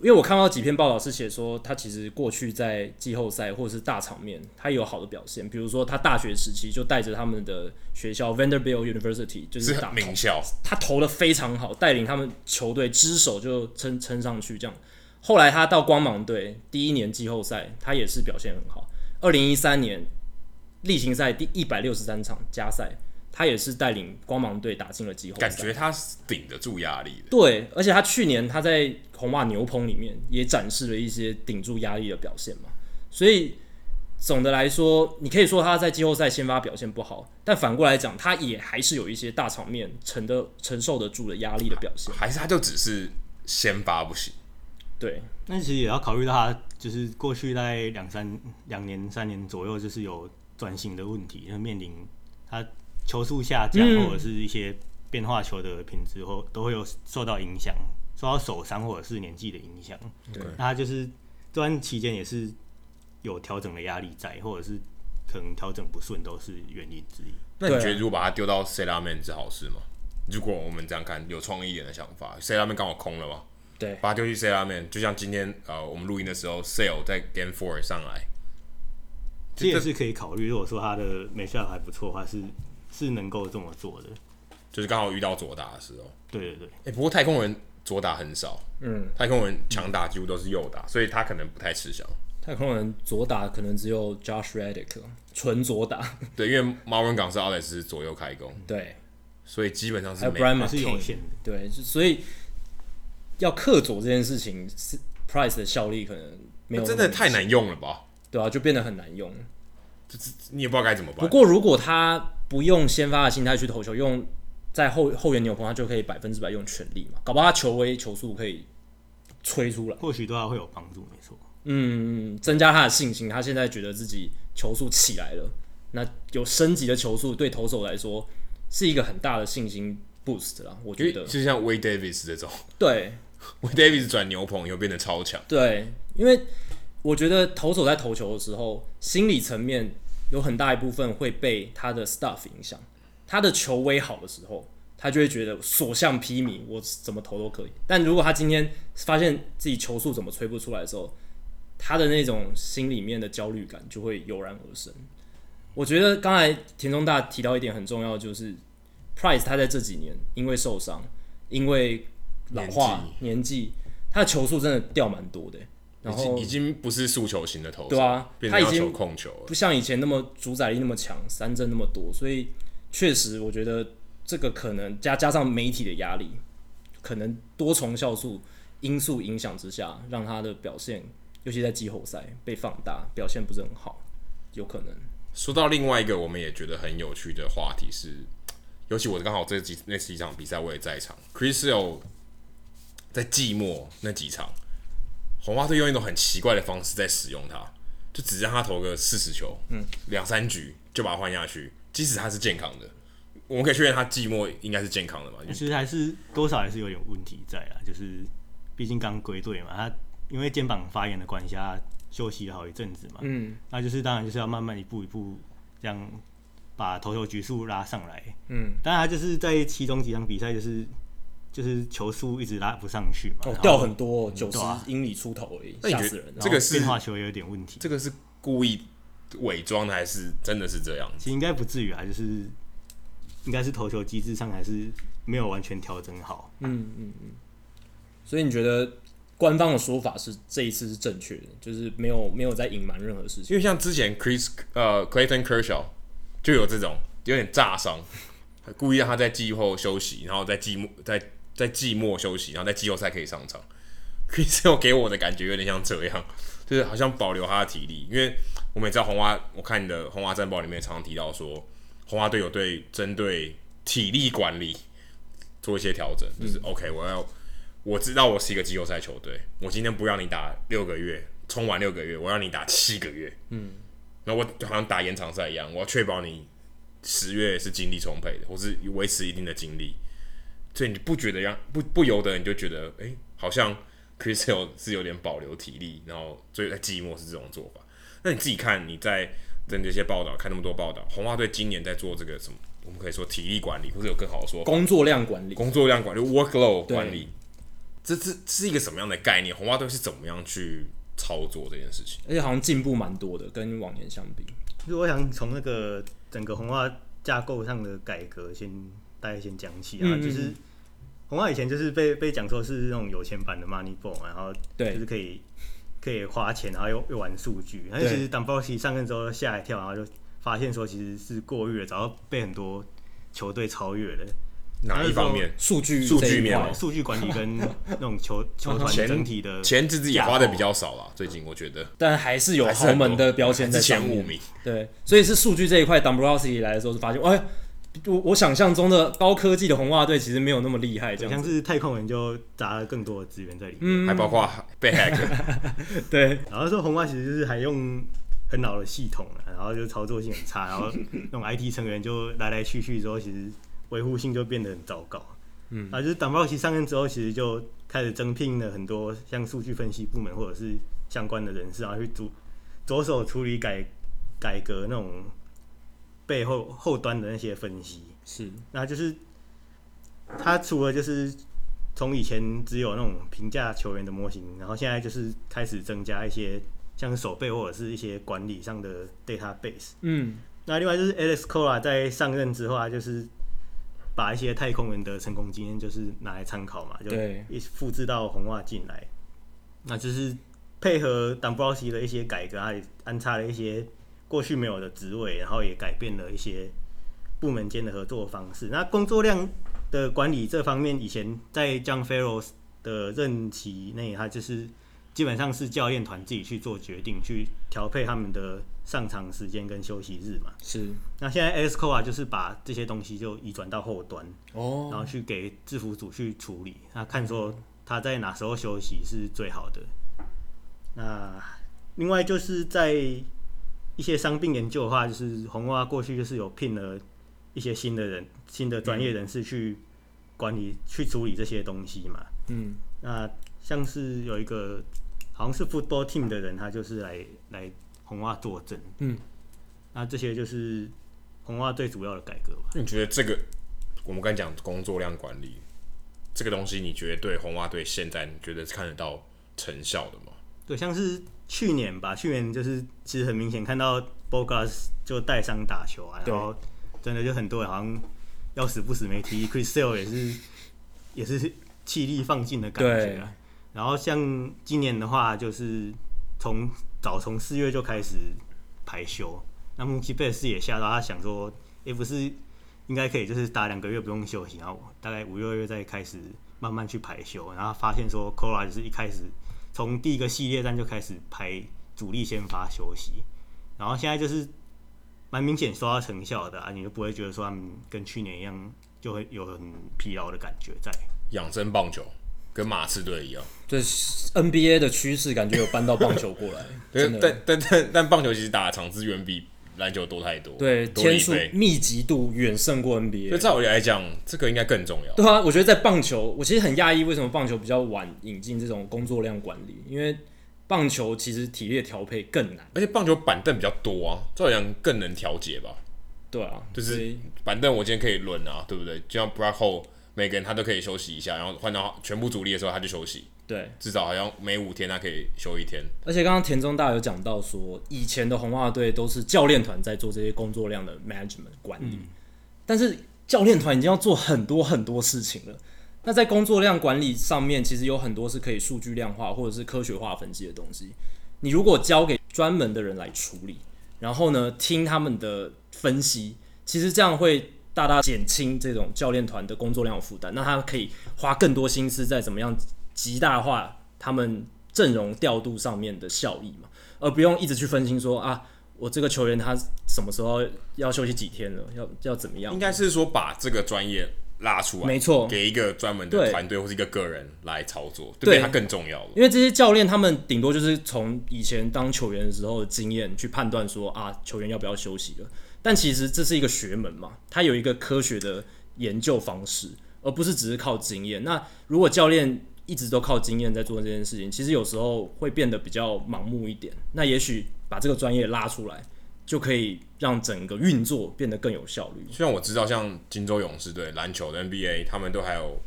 因为我看到几篇报道是写说，他其实过去在季后赛或者是大场面，他有好的表现，比如说他大学时期就带着他们的学校 Vanderbilt
<laughs>
University 就是是打
名校，
他投的非常好，带领他们球队之手就撑撑上去这样。后来他到光芒队第一年季后赛，他也是表现很好。二零一三年例行赛第一百六十三场加赛，他也是带领光芒队打进了季后赛。
感觉他是顶得住压力的。
对，而且他去年他在红袜牛棚里面也展示了一些顶住压力的表现嘛，所以总的来说，你可以说他在季后赛先发表现不好，但反过来讲，他也还是有一些大场面承得承受得住的压力的表现。
还是他就只是先发不行，
对，
但其实也要考虑到他就是过去大概两三两年三年左右，就是有转型的问题，就是面临他球速下降、
嗯
或者是一些变化球的品质后都会有受到影响，受到手伤或者是年纪的影响。
对
那他就是这段期间也是有调整的压力在，或者是可能调整不顺都是原因之一。
那你
对啊
觉得如果把他丢到 C 拉面是好事吗？如果我们这样看，有创意一点的想法，C 拉面刚好空了嘛，
对，
把他丢去 C 拉面，就像今天呃我们录音的时候，Sale 在 Game Four 上来，
这也是可以考虑。如果说他的美效还不错的话，是是能够这么做的。
就是刚好遇到左打的时候。
对对对，
哎、不过太空人左打很少，
嗯，
太空人强打几乎都是右打，所以他可能不太吃香。
太空人左打可能只有 Josh Redick 纯左
<laughs>
打，
对，因为 Marvin g o n z a l e 是左右开弓，
对，
所以基本上
还
是
有
没
Brian
还是
McKinney
有限的。
对，就所以要克左这件事情是 Price 的效力可能没有那
真
么
的太难用了吧？
对啊，就变得很难用。
你也不知道该怎么
不
办。
过如果他不用先发的心态去投球，用在后后援牛棚，他就可以百分之百用全力嘛，搞不好他球威球速可以吹出来，
或许对他会有帮助，没错。
嗯，增加他的信心。他现在觉得自己球速起来了，那有升级的球速对投手来说是一个很大的信心 boost 啦，我
因
觉
为
得
就像 Way Davis 这种
对。
，Way Davis 转牛棚以后变得超强，
对，因为我觉得投手在投球的时候，心理层面有很大一部分会被他的 stuff 影响。他的球威好的时候，他就会觉得所向披靡，我怎么投都可以。但如果他今天发现自己球速怎么吹不出来的时候，他的那种心里面的焦虑感就会油然而生。我觉得刚才田中大提到一点很重要，就是 Price 他在这几年因为受伤，因为老化年纪，他的球速真的掉蛮多的。欸然
已经
后
已经不是速球型的投手，
对啊
变
他
成
已经
要求控球了。
不像以前那么主宰力那么强，三振那么多，所以确实我觉得这个可能加加上媒体的压力，可能多重酵素因素影响之下，让他的表现，尤其在季后赛被放大，表现不是很好，有可能。
说到另外一个我们也觉得很有趣的话题是，尤其我刚好这几那几场比赛我也在场，Chris Sale 在季末那几场，红袜队用一种很奇怪的方式在使用他，就只让他投个四十球，嗯，两三局就把他换下去，即使他是健康的，我们可以确认他季末应该是健康的嘛，因为
其实还是多少还是有点问题在啦，就是毕竟刚归队嘛，他因为肩膀发炎的关系，他休息了好一阵子嘛。
嗯，
那就是当然就是要慢慢一步一步这样把投球局数拉上来。
嗯，
但他就是在其中几场比赛，就是就是球速一直拉不上去嘛，
哦
然，后
掉很多，九十
对啊
英里出头而已，
嗯那你
吓
觉
死
得
人。
这个是
变化球也有点问题。
这个是故意伪装的还是真的是这样？
其实应该不至于啊，就是应该是投球机制上还是没有完全调整好。
嗯嗯嗯。所以你觉得官方的说法是这一次是正确的，就是没有没有在隐瞒任何事情。
因为像之前 Chris 呃 Clayton Kershaw 就有这种有点炸伤，故意让他在季后休息，然后在季末在在季末休息，然后在季后赛可以上场。Chris 又给我的感觉有点像这样，就是好像保留他的体力，因为我们也知道红蛙，我看你的红蛙战报里面常常提到说，红蛙队有对针对体力管理做一些调整，就是 OK，我要我知道我是一个季后赛球队，我今天不让你打六个月，冲完六个月，我让你打七个月，嗯，那我好像打延长赛一样，我要确保你十月是精力充沛的，或是维持一定的精力。所以你不觉得让不不由得你就觉得，哎、好像 Chris Hill 是有点保留体力，然后最在寂寞是这种做法。那你自己看，你在在你这些报道看那么多报道，红袜队今年在做这个什么？我们可以说体力管理，或者有更好的说法，
工作量管理，
工作量管理 （workload 管理），这这是一个什么样的概念？红袜队是怎么样去操作这件事情？
而且好像进步蛮多的，跟往年相比。
如果我想从那个整个红袜架构上的改革先大概先讲起啊，
嗯嗯嗯
就是红袜以前就是被被讲说是那种有钱版的 Money Ball，然后就
对
是可以可以花钱，然后又又玩数据。但是
对
其实 d u m b o s i 上任之后吓一跳，然后就发现说其实是过誉了，早就被很多球队超越了。
哪一方面？
数据
数
这一
据面
块
嘛
数据管理
<laughs>
跟那种球球团
嗯
钱
整体
呃
的
钱自己也花的比较少啦，最近我觉得
但还是有
还是
豪
很
门
多
的标签
还
在
是
上
前五
面。
名。
对，所以是数据这一块 d o m b r o w s k 来的时候就发现，哎，我我想象中的高科技的红袜队其实没有那么厉害，这
对，
样
像
子。
是太空人就砸了更多的资源在里面。
嗯
还包括被 hack，
对，
然后说红袜其实就是还用很老的系统啊，然后就操作性很差，然后那种 IT 成员就来来去去之后，其实维护性就变得很糟糕。嗯，啊，就是党报奇上任之后，其实就开始增聘了很多像数据分析部门或者是相关的人士，然后去主着手处理改改革那种背后后端的那些分析。
是
那就是他除了就是从以前只有那种评价球员的模型，然后现在就是开始增加一些像是手背或者是一些管理上的 database。
嗯，
那另外就是 Alex Cora 在上任之后啊，就是把一些太空人的成功经验就是拿来参考嘛，就
对
一起复制到红袜进来。那就是配合 d u m b r o w s 的一些改革，他也安插了一些过去没有的职位，然后也改变了一些部门间的合作方式。那工作量的管理这方面，以前在 John Farrow 的任期内，他就是基本上是教练团自己去做决定，去调配他们的上场时间跟休息日嘛。
是
那现在 a s c o 啊，就是把这些东西就移转到后端，
哦，
然后去给制服组去处理，那看说他在哪时候休息是最好的。那另外就是在一些伤病研究的话，就是红袜过去就是有聘了一些新的人、新的专业人士去管理、去处理这些东西嘛。
嗯，
那像是有一个好像是 football team 的人，他就是来来红袜作证。
嗯，
那这些就是红袜最主要的改革吧。
<laughs> 你觉得这个我们刚才讲工作量管理这个东西，你觉得对红袜队现在你觉得是看得到成效的吗？
对，像是去年吧，去年就是其实很明显看到 Bogas 就带伤打球啊，
对
然后真的就很多人好像要死不死没踢，Chris Sale 也是也是气力放尽的感
对
觉、啊。然后像今年的话，就是从早从四月就开始排休，那穆奇贝斯也吓到，他想说，也、不是应该可以就是打两个月不用休息，然后大概五六月再开始慢慢去排休，然后发现说 c o r a 就是一开始从第一个系列战就开始排主力先发休息，然后现在就是蛮明显刷到成效的啊，你就不会觉得说他们跟去年一样就会有很疲劳的感觉在。
养生棒球跟马刺队一样，
这 NBA 的趋势感觉有搬到棒球过来，
<laughs> 对
真，的
但但但但棒球其实打的场次远比篮球多太多，
对
多了
天
一
数嗯
倍。
密集度远胜过
所
NBA
以。照理来讲，这个应该更重要。
对啊，我觉得在棒球，我其实很讶异为什么棒球比较晚引进这种工作量管理，因为棒球其实体力的调配更难。
而且棒球板凳比较多啊，照理讲更能调节吧。
对啊，
就是
所以
板凳我今天可以轮啊，对不对？就像 Brad Hole 每个人他都可以休息一下，然后换到全部主力的时候他就休息，
对。
至少好像每五天他可以休一天。
而且刚刚田中大有讲到说，以前的红袜队都是教练团在做这些工作量的 management 管理，但是教练团已经要做很多很多事情了。那在工作量管理上面，其实有很多是可以数据量化或者是科学化分析的东西。你如果交给专门的人来处理，然后呢听他们的分析，其实这样会大大减轻这种教练团的工作量的负担。那他可以花更多心思在怎么样极大化他们阵容调度上面的效益嘛，而不用一直去分心说啊，我这个球员他什么时候要休息几天了，要要怎么样
应？该是说把这个专业拉出来，
没错
给一个专门的
对
团队或是一个个人来操作，对不
对
对？它更重要了。
因为这些教练他们顶多就是从以前当球员的时候的经验去判断说啊，球员要不要休息了。但其实这是一个学门嘛，它有一个科学的研究方式，而不是只是靠经验。那如果教练一直都靠经验在做这件事情，其实有时候会变得比较盲目一点。那也许把这个专业拉出来，就可以让整个运作变得更有效率。
虽然我知道，像金州勇士队篮球的 NBA，他们都还有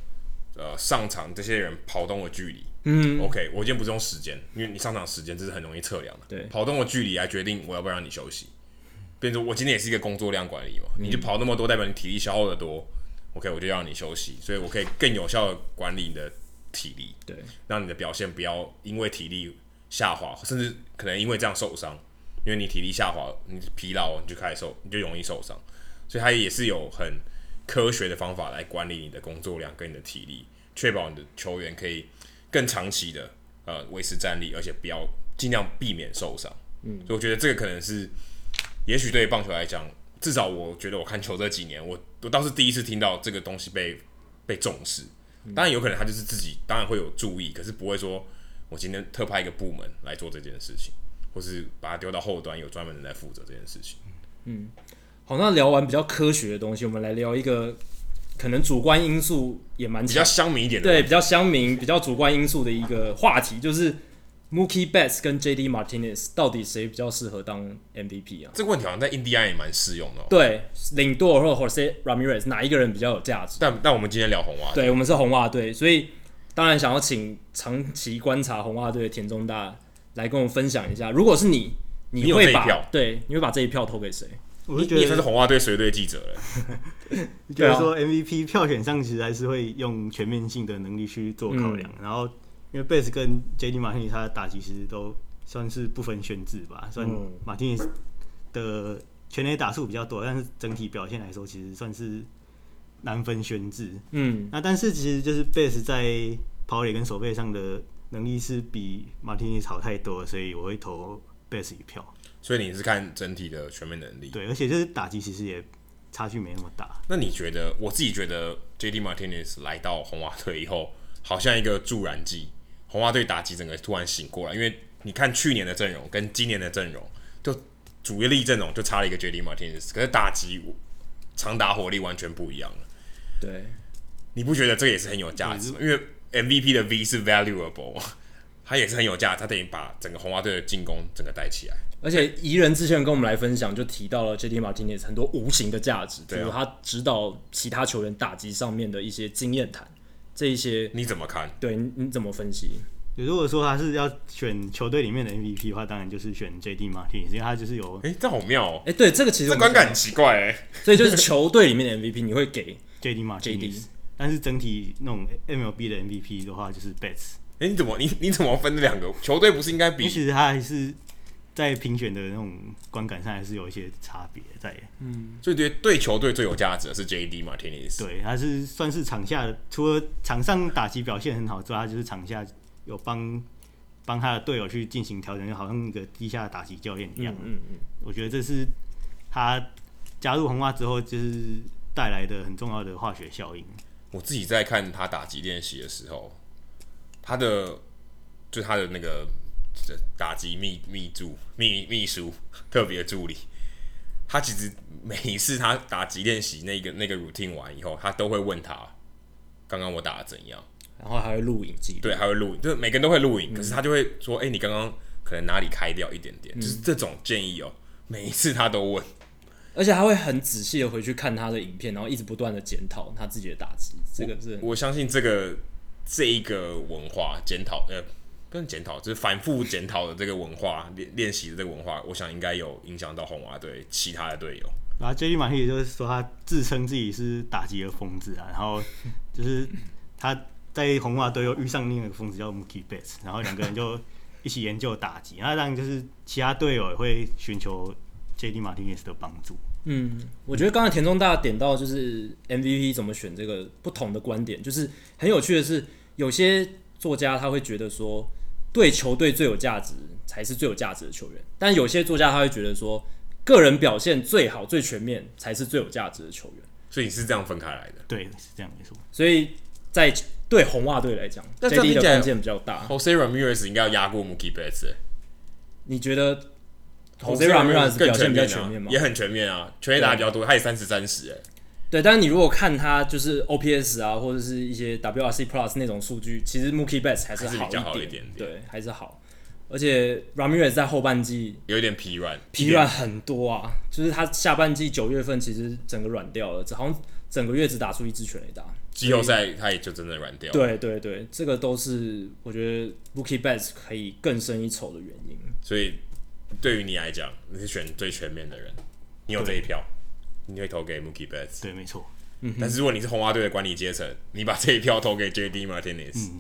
呃上场这些人跑动的距离。嗯，OK，我今天不是用时间，因为你上场时间这是很容易测量的。
对
跑动的距离来决定我要不要让你休息。变成我今天也是一个工作量管理嘛，你就跑那么多，代表你体力消耗的多。OK，我就要让你休息，所以我可以更有效的管理你的体力，
对，
让你的表现不要因为体力下滑，甚至可能因为这样受伤，因为你体力下滑，你疲劳你就开始受，你就容易受伤。所以它也是有很科学的方法来管理你的工作量跟你的体力，确保你的球员可以更长期的呃维持战力，而且不要尽量避免受伤。嗯，所以我觉得这个可能是，也许对棒球来讲，至少我觉得我看球这几年，我我倒是第一次听到这个东西被被重视。当然有可能他就是自己，当然会有注意，可是不会说我今天特派一个部门来做这件事情，或是把它丢到后端有专门人来负责这件事情。
好，那聊完比较科学的东西，我们来聊一个可能主观因素也蛮
比
强
较乡民一点的，
对，比较乡民、比较主观因素的一个话题，就是 Mookie Betts 跟 J.D. Martinez 到底谁比较适合当 MVP 啊？
这个问题好像在印第安也蛮适用的、哦。
对，领舵或者 Jose Ramirez 哪一个人比较有价值？
但但我们今天聊红袜，
对我们是红袜队，所以当然想要请长期观察红袜队的田中大来跟我们分享一下，如果是你，
你
你
有这
会
一票
把对，你会把这一票投给谁？
我
你
是
你也
觉
算是
得，
红袜队随队记者了。
觉
对
得
啊
说 MVP 票选上其实还是会用全面性的能力去做考量。然后，因为贝斯跟 J.D. 马丁尼他的打击其实都算是不分轩制吧，算
嗯
马丁尼的全垒打数比较多，但是整体表现来说，其实算是难分轩制。
嗯，
那但是其实就是贝斯在跑垒跟守备上的能力是比马丁尼好太多了，所以我会投贝斯一票。
所以你是看整体的全面能力。
对，而且就是打击其实也差距没那么大。
那你觉得？我自己觉得 J.D. Martinez 来到红袜队以后，好像一个助燃剂，红袜队打击整个突然醒过来。因为你看去年的阵容跟今年的阵容，就主力阵容就差了一个 J.D. Martinez，可是打击长打火力完全不一样了。
对，
你不觉得这个也是很有价值吗？因为 MVP 的 V 是 valuable，嘛 <laughs> 它也是很有价值，它等于把整个红袜队的进攻整个带起来。
而且怡人之前跟我们来分享，就提到了 J.D. Martinez 很多无形的价值，比
啊
如他指导其他球员打击上面的一些经验谈，这一些
你怎么看？
对你你怎么分析？
如果说他是要选球队里面的 MVP 的话，当然就是选 J.D. Martin，因为他就是有
诶，这好妙哦、
哎、对这个其实
这
我们
观感很奇怪哎、
所以就是球队里面的 MVP 你会
<laughs>
给
J.D.
JD
Martin，但是整体那种 MLB 的 MVP 的话就是 Betts，
哎、你怎么你你怎么分这两个球队？不是应该
因为
比
其实他还是在评选的那种观感上还是有一些差别在。
所以对对球队最有价值的是 J.D. Martinez。，
对，他是算是场下除了场上打击表现很好之外，他就是场下有帮帮他的队友去进行调整，就好像一个地下打击教练一样。
嗯嗯，
我觉得这是他加入红袜之后就是带来的很重要的化学效应。
我自己在看他打击练习的时候，他的就他的那个这打击秘秘助秘秘书 <laughs> 特别助理，他其实每一次他打击练习那个那个 routine 完以后，他都会问他刚刚我打的怎样。
然后还会录影记录，
对，还会录影，就是每个人都会录影，可是他就会说，哎、你刚刚可能哪里开掉一点点，就是这种建议哦，每一次他都问，
而且他会很仔细的回去看他的影片，然后一直不断的检讨他自己的打击，这个是
我相信这个这一个文化检讨，呃，不是检讨，就是反复检讨的这个文化 <laughs> 练练习的这个文化，我想应该有影响到红袜队其他的队友。
然后 J.D. 马也就是说他自称自己是打击的疯子啊，然后就是他在红袜队又遇上另一个疯子叫 Mookie Betts，然后两个人就一起研究打击。那当然就是其他队友也会寻求 J.D. 马丁也是的帮助。
嗯，我觉得刚才田中大点到就是 MVP 怎么选这个不同的观点，就是很有趣的是，有些作家他会觉得说，对球队最有价值才是最有价值的球员，但有些作家他会觉得说，个人表现最好、最全面才是最有价值的球员。
所以你是这样分开来的。
对，是这样没错。
所以在对红袜队来讲
那这样
，JD
听
的
起来
空间比较大。
Jose Ramirez 应该要压过 Mookie Betts，欸
你觉得 Jose Ramirez
更
表现比较
啊
全面吗
也？很全面啊，全垒打比较多，他也三十三十哎，
对，但是你如果看它就是 OPS 啊，或者是一些 WRC Plus 那种数据，其实 Mookie Betts 还是
还是
好
比较好
一
一点点
对，还是好。而且 Ramirez 在后半季
有一点疲软，
疲软很多啊，就是他下半季九月份其实整个软掉了，好像整个月只打出一支全垒打。
季后赛他也就真的软掉。，
对对对，这个都是我觉得 Mookie Betts 可以更胜一筹的原因。
所以对于你来讲，你是选最全面的人，你有这一票，你会投给 Mookie Betts。
对，没错，
嗯
但是如果你是红袜队的管理阶层，你把这一票投给 J.D. Martinez，、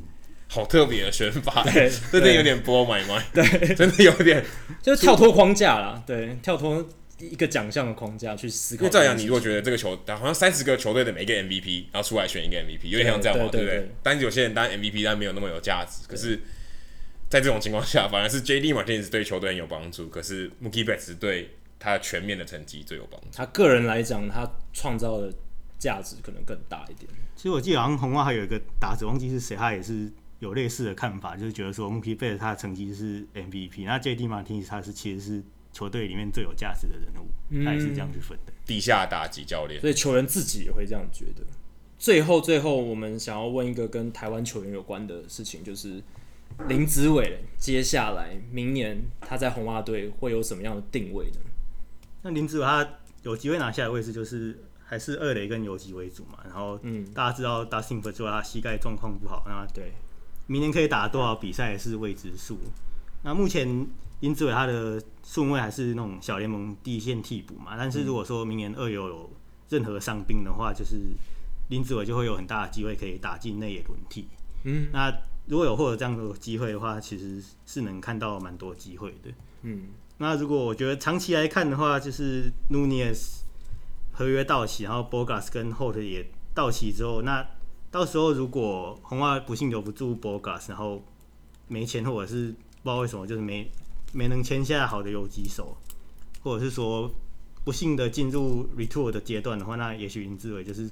好特别的选法，
嗯对
真的有点 blow my mind，对， <laughs> 真的有
<laughs>
点。
就是跳脱框架啦，对，跳脱一个奖项的框架去思
因
考
为
这
照
件事情。
样，你如果觉得这个球，好像三十个球队的每一个 MVP，然后出来选一个 MVP，有点像这样嘛，
对对
不对
对？
但是有些人当然 MVP，但没有那么有价值。可是，在这种情况下，反而是 J.D. Martinez 对球队很有帮助，可是 Mookie Betts 对他全面的成绩最有帮助。
他个人来讲，他创造的价值可能更大一点。
其实我记得好像红袜还有一个打者，忘记是谁，他也是有类似的看法，就是觉得说 Mookie Betts 他的成绩是 MVP，那 J.D. Martinez 他是其实是球队里面最有价值的人物，他也是这样去分的。
地下打击教练，
所以球员自己也会这样觉得。最后，最后，我们想要问一个跟台湾球员有关的事情，就是林子伟接下来明年他在红袜队会有什么样的定位呢？
那林子伟他有机会拿下的位置就是还是二垒跟游击为主嘛，然后
嗯
大家知道 Dustin f 他膝盖状况不好，那
对，
明年可以打多少比赛也是未知数。那目前林志伟他的顺位还是那种小联盟第一线替补嘛，但是如果说明年二游有任何伤病的话，就是林志伟就会有很大的机会可以打进内野轮替。
嗯，
那如果有获得这样的机会的话，其实是能看到蛮多机会的。
嗯，
那如果我觉得长期来看的话，就是 Nunez 合约到期，然后 Bogas 跟 Holt 也到期之后，那到时候如果红袜不幸留不住 Bogas，然后没钱或者是不知道为什么就是没没能签下好的游击手，或者是说不幸的进入 Retour 的阶段的话，那也许林志伟就是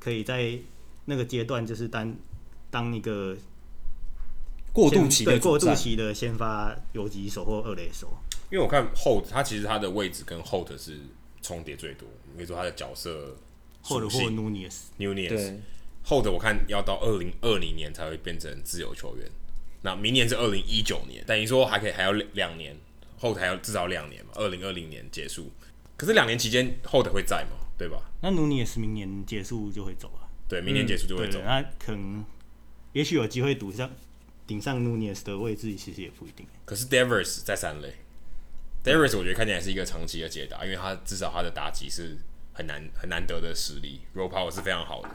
可以在那个阶段就是当当一个
过
先
渡期的
对过
主
渡
战
期的先发游击手或二垒手。
因为我看 Hold，他其实他的位置跟 Hold 是重叠最多，你可以说他的角色
或者
属
或
性
Nunez，
Nunez
对，
Hold，我看要到二零二零年才会变成自由球员，那明年是二零一九年，等于说还可以还要两两年，Hold 还要至少两年嘛，二零二零年结束，可是两年期间 Hold 会在嘛，对吧？
那努尼也是明年结束就会走了，
对，明年结束就会
嗯对啊
走。
那可能也许有机会赌上顶上努尼斯的位置，其实也不一定。
可是 Devers 在三垒，Devers 我觉得看起来是一个长期的解答，因为他至少他的打击是很难很难得的实力，roll power 是非常好的，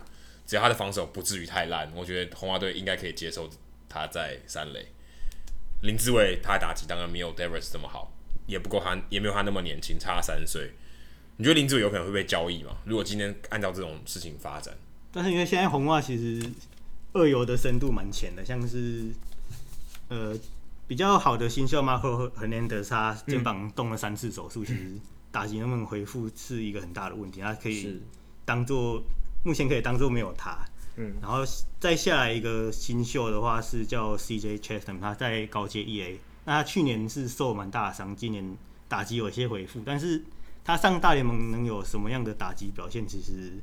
只要他的防守不至于太烂，我觉得红袜队应该可以接受他在三垒。林志伟他的打击当然没有 Devers 这么好，也不够他也没有他那么年轻，差三岁。你觉得林志伟有可能会被交易吗？如果今天按照这种事情发展，
但是因为现在红袜其实二游的深度蛮浅的，像是呃比较好的新秀 Marco Hernandez，他肩膀动了三次手术，其实打击能不能恢复是一个很大的问题。他可以
是
当做目前可以当做没有他。
嗯，
然后再下来一个新秀的话是叫 CJ Cheston，他在高阶 EA，那他去年是受蛮大的伤，今年打击有些恢复，但是他上大联盟能有什么样的打击表现，其实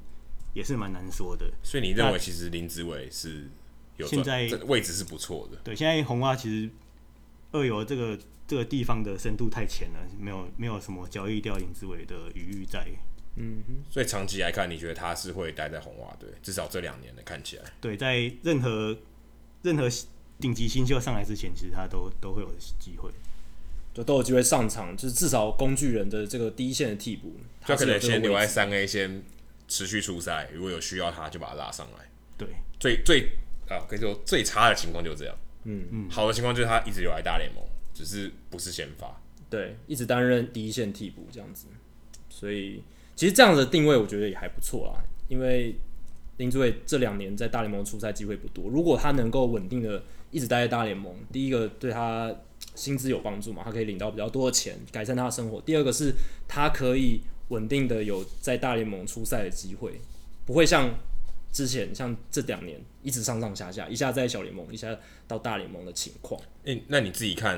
也是蛮难说的。
所以你认为其实林志伟是有
现在
这位置是不错的？
对，现在红蛙其实二游这个这个地方的深度太浅了，没有没有什么交易掉林志伟的余裕在。
所以长期来看，你觉得他是会待在红袜队，至少这两年的看起来。
对，在任何任何顶级新秀上来之前，其实他都都会有机会。
就都有机会上场，就是至少工具人的这个第一线的替补，他
就可
是有
能
这个
先留
位
在
置
三 A，先持续出赛，如果有需要他就把他拉上来。
对，
最最啊，可以说最差的情况就是这样。嗯嗯，好的情况就是他一直留在大联盟，只是不是先发。
对，一直担任第一线替补这样子，所以其实这样的定位我觉得也还不错啦，因为林志伟这两年在大联盟出赛机会不多，如果他能够稳定的一直待在大联盟，第一个对他薪资有帮助嘛，他可以领到比较多的钱，改善他的生活；第二个是他可以稳定的有在大联盟出赛的机会，不会像。之前像这两年一直上上下下，一下在小联盟，一下到大联盟的情况，
诶、那你自己看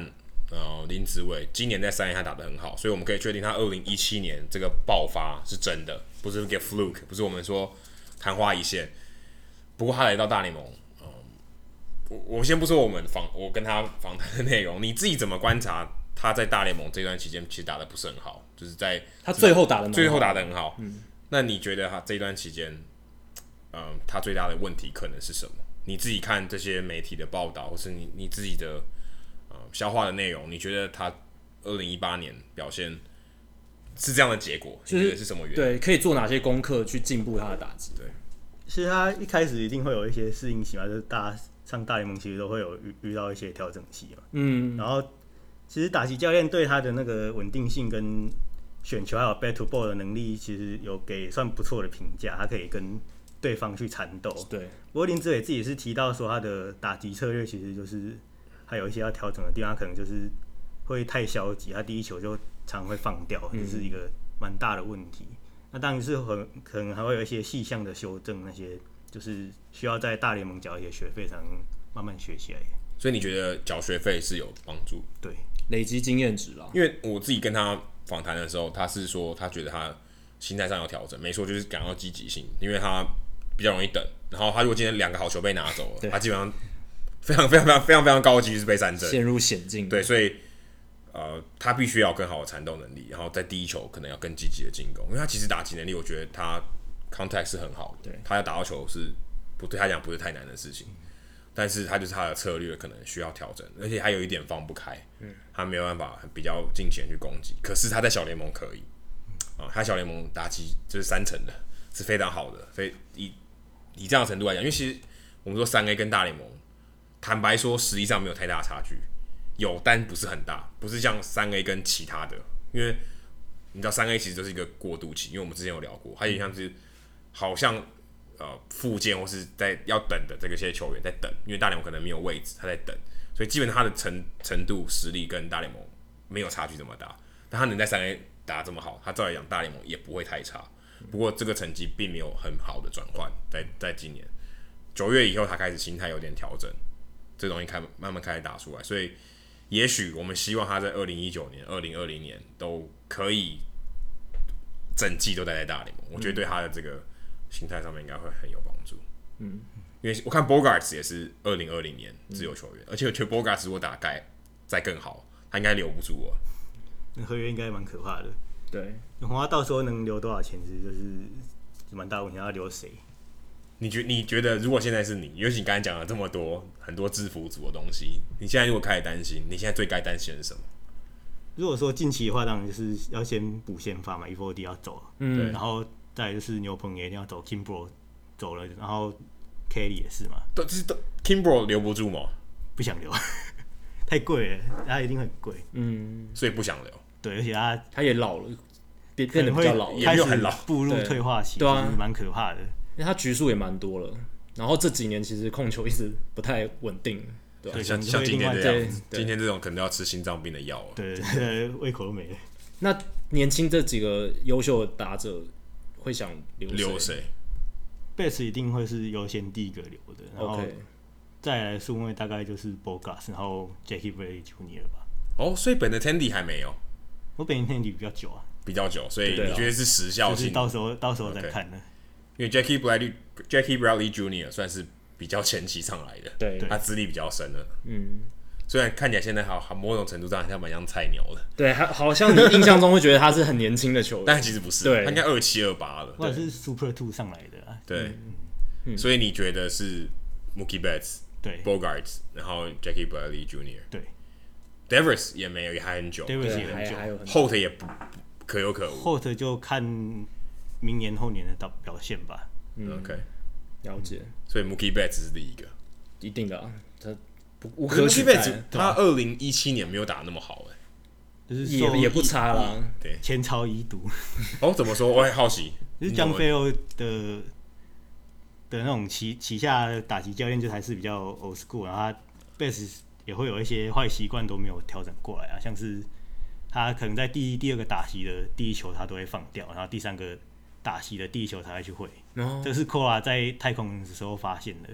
然后林子伟今年在三 A 他打得很好，所以我们可以确定他二零一七年这个爆发是真的，不是 get fluke，不是我们说昙花一现。不过他来到大联盟，嗯，我我先不说我们访我跟他访谈的内容，你自己怎么观察他在大联盟这段期间其实打得不是很好，就是在
他最后打的
最后打得很好。嗯，那你觉得他这一段期间，嗯，他最大的问题可能是什么？你自己看这些媒体的报道，或是你你自己的呃消化的内容，你觉得他二零一八年表现是这样的结果？
就
你觉
是
得是什么原因？
对，可以做哪些功课去进步他的打击？
对
其实他一开始一定会有一些适应期嘛，就是大家上大联盟其实都会有遇遇到一些调整期嘛。
嗯，
然后其实打击教练对他的那个稳定性跟选球还有 bat to ball 的能力，其实有给算不错的评价，他可以跟对方去缠斗。
对，
不过林志伟自己是提到说，他的打击策略其实就是还有一些要调整的地方，他可能就是会太消极，他第一球就常会放掉，这是一个蛮大的问题。那当然是很可能还会有一些细项的修正，那些就是需要在大联盟缴一些学费才能慢慢学起来。
所以你觉得缴学费是有帮助？
对，
累积经验值啦。
因为我自己跟他访谈的时候，他是说他觉得他心态上有调整，没错，就是感到积极性，因为他比较容易等。然后他如果今天两个好球被拿走了，
对
他基本上非常非常非常非常非常高的几率是被三振。
陷入险境，
对，所以呃，他必须要有更好的缠斗能力，然后在第一球可能要更积极的进攻，因为他其实打击能力，我觉得他 contact 是很好的，
对
他要打到球是不对他讲不是太难的事情，但是他就是他的策略可能需要调整，而且还有一点放不开，嗯，他没有办法比较尽情地去攻击，可是他在小联盟可以，啊、他小联盟打击就是三成的，是非常好的，非以以这样的程度来讲，因为其实我们说三 A 跟大联盟，坦白说实际上没有太大的差距，有，但不是很大，不是像三 A 跟其他的，因为你知道三 A 其实就是一个过渡期，因为我们之前有聊过，它有点像是好像呃附件或是在要等的这个些球员在等，因为大联盟可能没有位置，他在等，所以基本上他的程程度实力跟大联盟没有差距这么大，但他能在三 A 打这么好，他照理讲大联盟也不会太差，不过这个成绩并没有很好的转换，在在今年九月以后，他开始心态有点调整，这东西开慢慢开始打出来，所以。也许我们希望他在二零一九年、二零二零年都可以整季都待在大联盟，我觉得对他的这个心态上面应该会很有帮助。嗯，因为我看 Bogarts 也是二零二零年自由球员，而且我觉得 Bogarts 如果打盖再更好，他应该留不住我。
那合约应该蛮可怕的。
对，
红花到时候能留多少钱，其实就是蛮大问题，要留谁？
你觉你觉得如果现在是你，尤其你刚才讲了这么多很多制服组的东西，你现在如果开始担心，你现在最该担心的是什么？
如果说近期的话，当然就是要先补先发嘛，伊波迪要走了，
嗯，
然后再来就是牛棚也一定要走，Kimbro 走了，然后 Kelly 也是嘛，
都这是都 Kimbro 留不住嘛，
不想留， <laughs> 太贵了，他一定很贵，
嗯，
所以不想留。
对，而且他
他也老了，变
可
变得
能
比
会
较老了，
也
因
开
没
始
有很老
步入
对
退化期，
对啊
其实蛮可怕的。
为他局数也蛮多了。然后这几年其实控球一直不太稳定，对吧
对
像
可能就
像
会
今
另
天
外
这
对
样子，
对
今天这种可能要吃心脏病的药了。
对，对胃口都没了。
那年轻这几个优秀的打者会想留
留
谁
谁？
贝斯一定会是优先第一个留的，然后
？OK，
再来数位大概就是 Bogas，然后 Jackie Bradley Jr. 吧。
哦，所以本的 Tandy 还没有
我本天里比较久啊，
比较久，所以
对啊
你觉得是时效
就是
性？
到时候到时候再
OK
看呢。
因为 Jackie Bradley Jackie Bradley Jr. 算是比较前期上来的，
对
他资历比较深了。
嗯，
虽然看起来现在好，好某种程度上好像蛮像菜鸟的，
对，还好像你印象中会觉得他是很年轻的
<laughs>
球员，
但其实不是，
对
他应该二七二八了。
或者是 Super Two 上来的啊，
对，
嗯
所以你觉得是 Mookie Betts、
对
Bogarts，然后 Jackie Bradley Jr.、
对
Devers 也没有，也还很久
，Davis
对，
也
还
很久
还有很
，Holt 也不可有可无。
，Hot 就看明年后年的表表现吧。
OK，
了解，
所以 Mookie Betts 是第一个。
一定的啊，他不无
可
可
是
取
Mookie
代
Betts
对
他
吧，
二零一七年没有打那么好哎、
就是受
也也不差啦，
前朝遗
<laughs>
毒，
哦，怎么说？我也好奇。
就是
你有
江
没有
菲欧的的那种旗旗下的打击教练，就还是比较 old school，然后他 base 也会有一些坏习惯都没有调整过来啊，像是他可能在第一、第二个打席的第一球他都会放掉，然后第三个打席的第一球才会去会，
然后
这是 Kora 在太空的时候发现的，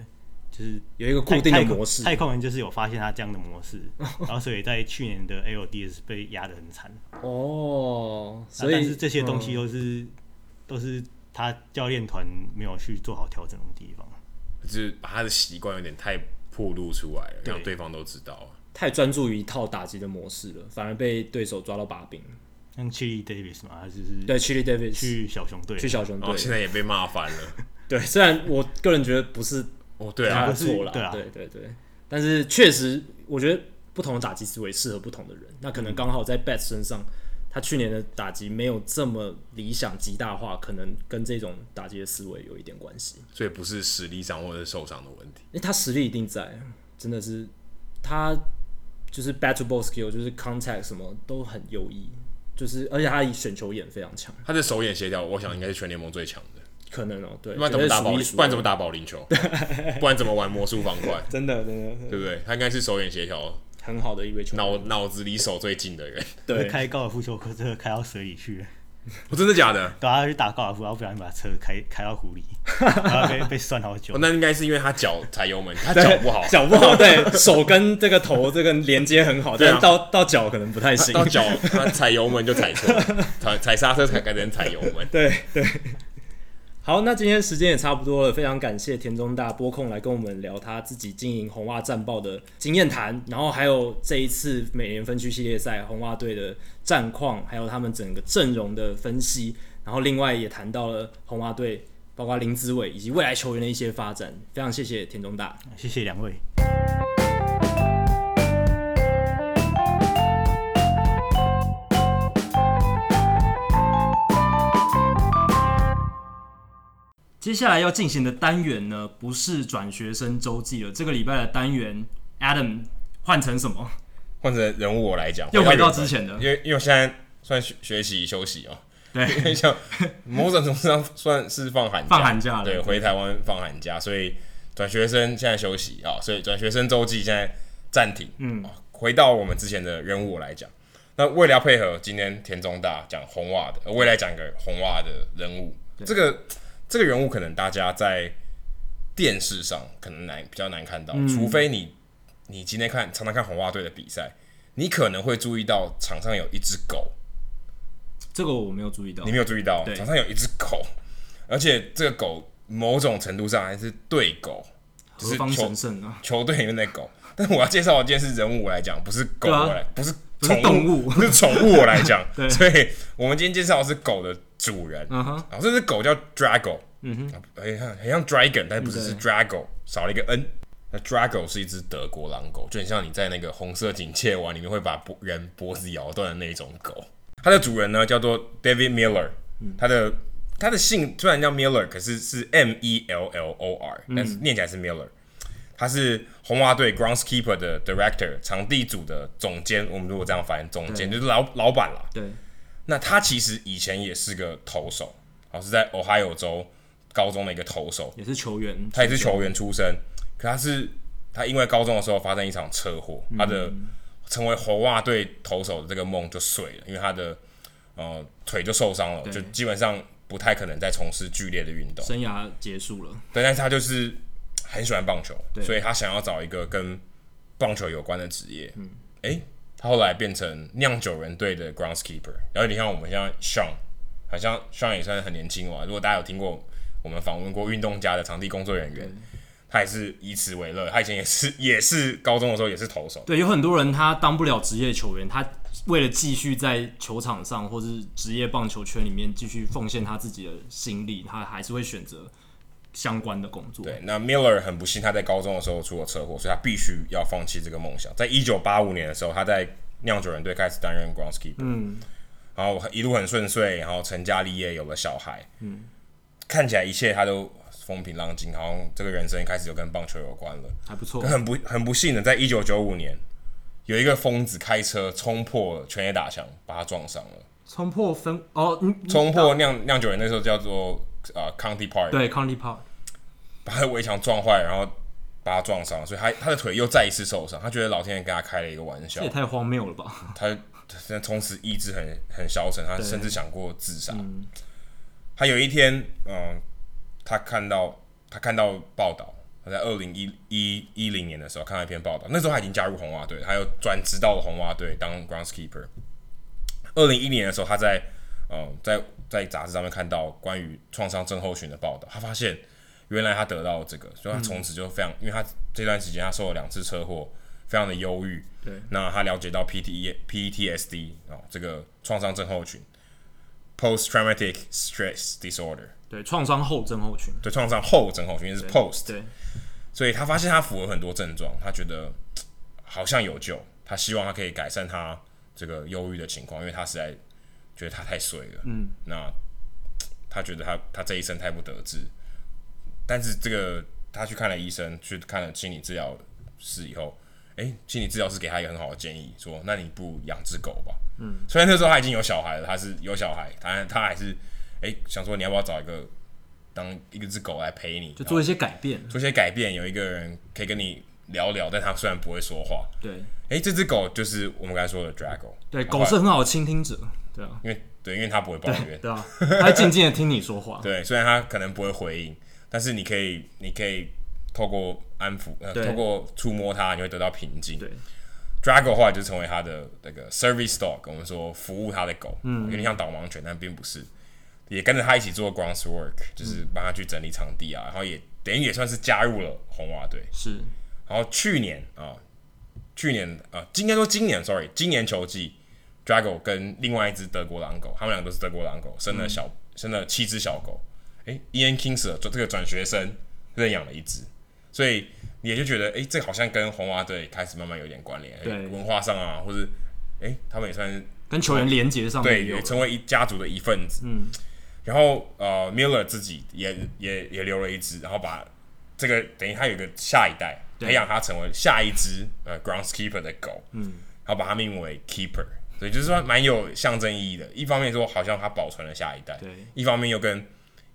就是
有一个固
太
定的
太空
模式。
太空人就是有发现他这样的
<laughs>
模式，然后所以在去年的 ALDS 被压得很惨。
哦，
那
所
啊但
以
是这些东西
嗯
都是、都是他教练团没有去做好调整的地方。
就是把他的习惯有点太暴露出来了，
对
让对方都知道了。
太专注于一套打击的模式了，反而被对手抓到把柄。
像 Chili Davis 嘛，他就是
对，Chili Davis 去
去哦小熊队，
去小熊
然后
队，
现在也被骂翻了。
对，虽然我个人觉得不是
哦，对
他
啊，
的错啦，
对啊
对对对，但是确实，我觉得不同的打击思维适合不同的人。那可能刚好在 Bet 身上，他去年的打击没有这么理想极大化，可能跟这种打击的思维有一点关系。
所以不是实力上或者是受伤的问题。
因为他实力一定在，真的是他就是 bat to ball skill，就是 contact 什么都很优异，就是而且他以选球眼非常强，
他的手眼协调，我想应该是全联盟最强的。
可能哦、对，
不然怎么打保
绝
龄
对数一数二
不然怎么打保龄球？不然怎么玩魔术方块？
真的真的
对不对？他应该是手眼协调，
很好的一位球员，
脑脑子离手最近的人。
对，
开高尔夫球车开到水里去，
我真的假的？
对啊，他去打高尔夫，然后不小心把车开开
<laughs>
到湖里，然后被被算好久
哦，。那应该是因为他脚踩油门，他脚不好，
脚不好，对手跟这个头这个连接很好，
对啊
但是到到脚可能不太
他
行。
<laughs> 到脚他踩油门就踩错，踩踩刹车才改成踩油门。
对对。 <laughs> 好，那今天时间也差不多了，非常感谢田中大播控来跟我们聊他自己经营红袜战报的经验谈，然后还有这一次美联分区系列赛红袜队的战况，还有他们整个阵容的分析，然后另外也谈到了红袜队包括林子伟以及未来球员的一些发展，非常谢谢田中大。
谢谢两位。
接下来要进行的单元呢，不是转学生周记了。这个礼拜的单元，Adam 换成什么？
换成人物我来讲，
又回到
原本
之前的
因为因为我现在算学学习休息哦、
对， <laughs>
因为像某种程度上算是放寒假
放寒假了
对，回台湾放寒假，所以转学生现在休息啊、所以转学生周记现在暂停。嗯、回到我们之前的任务来讲，那为了要配合今天田中大讲红袜的，呃未来讲一个红袜的人物，这个这个人物可能大家在电视上可能难比较难看到，除非你你今天看常常看红袜队的比赛，你可能会注意到场上有一只狗。
这个我没有注意到
你。没有注意到
对，
场上有一只狗，而且这个狗某种程度上还是对狗，就
何
是
方
球
神圣啊？
球队里面的狗。但我要介绍的今天是人物我来讲，不是狗
对啊
我来，不是
不是
宠
动物
物， <laughs> 不是宠物我来讲
<laughs> 对。
所以我们今天介绍的是狗的主人，哦
嗯哼，
然后这只狗叫 Drago，嗯哼，很像很像 Dragon，但不是
嗯
是 Drago，少了一个 N。那 Drago 是一只德国狼狗，就很像你在那个红色警戒网里面会把脖人脖子咬断的那种狗。它的主人呢叫做 David Miller，它
嗯
的它的姓虽然叫 Miller，可是是 M E L L O R，但
嗯
是念起来是 Miller。他是红袜队 groundskeeper 的 director，场地组的总监。我们如果这样翻，总监就是老老板啦。
对，
那他其实以前也是个投手，好是在 Ohio 州高中的一个投手，
也是球员。
他也是球员出身，可他是他因为高中的时候发生一场车祸，他的成为红袜队投手的这个梦就碎了，因为他的呃腿就受伤了，就基本上不太可能再从事剧烈的运动。
生涯结束了。
对，但是他就是很喜欢棒球，
对
所以他想要找一个跟棒球有关的职业。嗯，诶，他后来变成酿酒人队的 groundskeeper。然后你看我们像 Sean，好像 Sean 也算很年轻嘛。如果大家有听过我们访问过运动家的场地工作人员，他也是以此为乐。他以前也是也是高中的时候也是投手，
对，有很多人他当不了职业球员，他为了继续在球场上或是职业棒球圈里面继续奉献他自己的心力，他还是会选择相关的工作。
对，那 Miller 很不幸，他在高中的时候出了车祸，所以他必须要放弃这个梦想。在一九八五年的时候，他在酿酒人队开始担任 groundskeeper，嗯，然后一路很顺遂，然后成家立业，有了小孩，嗯，看起来一切他都风平浪静，好像这个人生开始就跟棒球有关了。
还
<laughs>
不错
可。很不很不幸的，在一九九五年，有一个疯子开车冲破全野打墙，把他撞伤了，
冲破分哦，嗯嗯
冲破酿酿酒人那时候叫做呃 County Park，
对 County Park
把他的围墙撞坏，然后把他撞伤，所以他他的腿又再一次受伤。他觉得老天爷跟他开了一个玩笑
这也，太荒谬了吧？
他他现在从此意志很很消沉，他甚至想过自杀。呃他有一天，嗯，他看到他看到报道，他在二零一一一零年的时候看到一篇报道，那时候他已经加入红袜队，他又转职到了红袜队当 groundskeeper。二零一零年的时候，他在呃在在杂志上面看到关于创伤症候群的报道，他发现原来他得到了这个，所以他从此就非常，因为他这段时间他受了两次车祸，非常的忧郁。
对，
那他了解到 E，PTE PTSD 哦这个创伤症候群 （post traumatic stress disorder）
对，创伤后症候群，
对创伤后症候群，因为是 post，
对，
所以他发现他符合很多症状，他觉得嘖好像有救，他希望他可以改善他这个忧郁的情况，因为他实在觉得他太衰了。嗯，那嘖他觉得他他这一生太不得志，但是这个他去看了医生，去看了心理治疗师以后，诶，心理治疗师给他一个很好的建议，说那你不如养只狗吧。嗯，虽然那时候他已经有小孩了，他是有小孩，他他还是诶想说你要不要找一个当一个只狗来陪你，
就做一些改变，
做一些改变，有一个人可以跟你聊聊，但他虽然不会说话。
对
诶，这只狗就是我们刚才说的 Drago，
对，狗是很好的倾听者，对啊，
因为对，因为它不会抱
<laughs>
怨，
对啊，它会静静的听你说话，
<laughs> 对，虽然它可能不会回应，但是你可以，你可以透过安抚，呃，
对
透过触摸它，你会得到平静。
对
Drago 后来就成为他的那个 service dog，我们说服务他的狗，
嗯
有点像导盲犬，但并不是，也跟着他一起做 grounds work，就是帮他去整理场地啊，然后也等于也算是加入了红袜队。
是，
然后去年啊、去年啊，今应该说今年，sorry，今年球季，Drago 跟另外一只德国狼狗，他们两个都是德国狼狗，生了小、生了七只小狗。诶 i a n Kings 这这个转学生认养了一只，所以你也就觉得，诶，这好像跟红袜队开始慢慢有点关联，
对
文化上啊，或是诶，他们也算是
跟球员连接上
对，
面有
也，成为一家族的一份子。嗯，然后呃，Miller 自己也也也留了一只，然后把这个等于他有个下一代，
对
培养他成为下一只呃 groundskeeper 的狗，嗯，然后把它命名为 Keeper，所以就是说蛮有象征意义的。一方面说好像他保存了下一代，
对
一方面又跟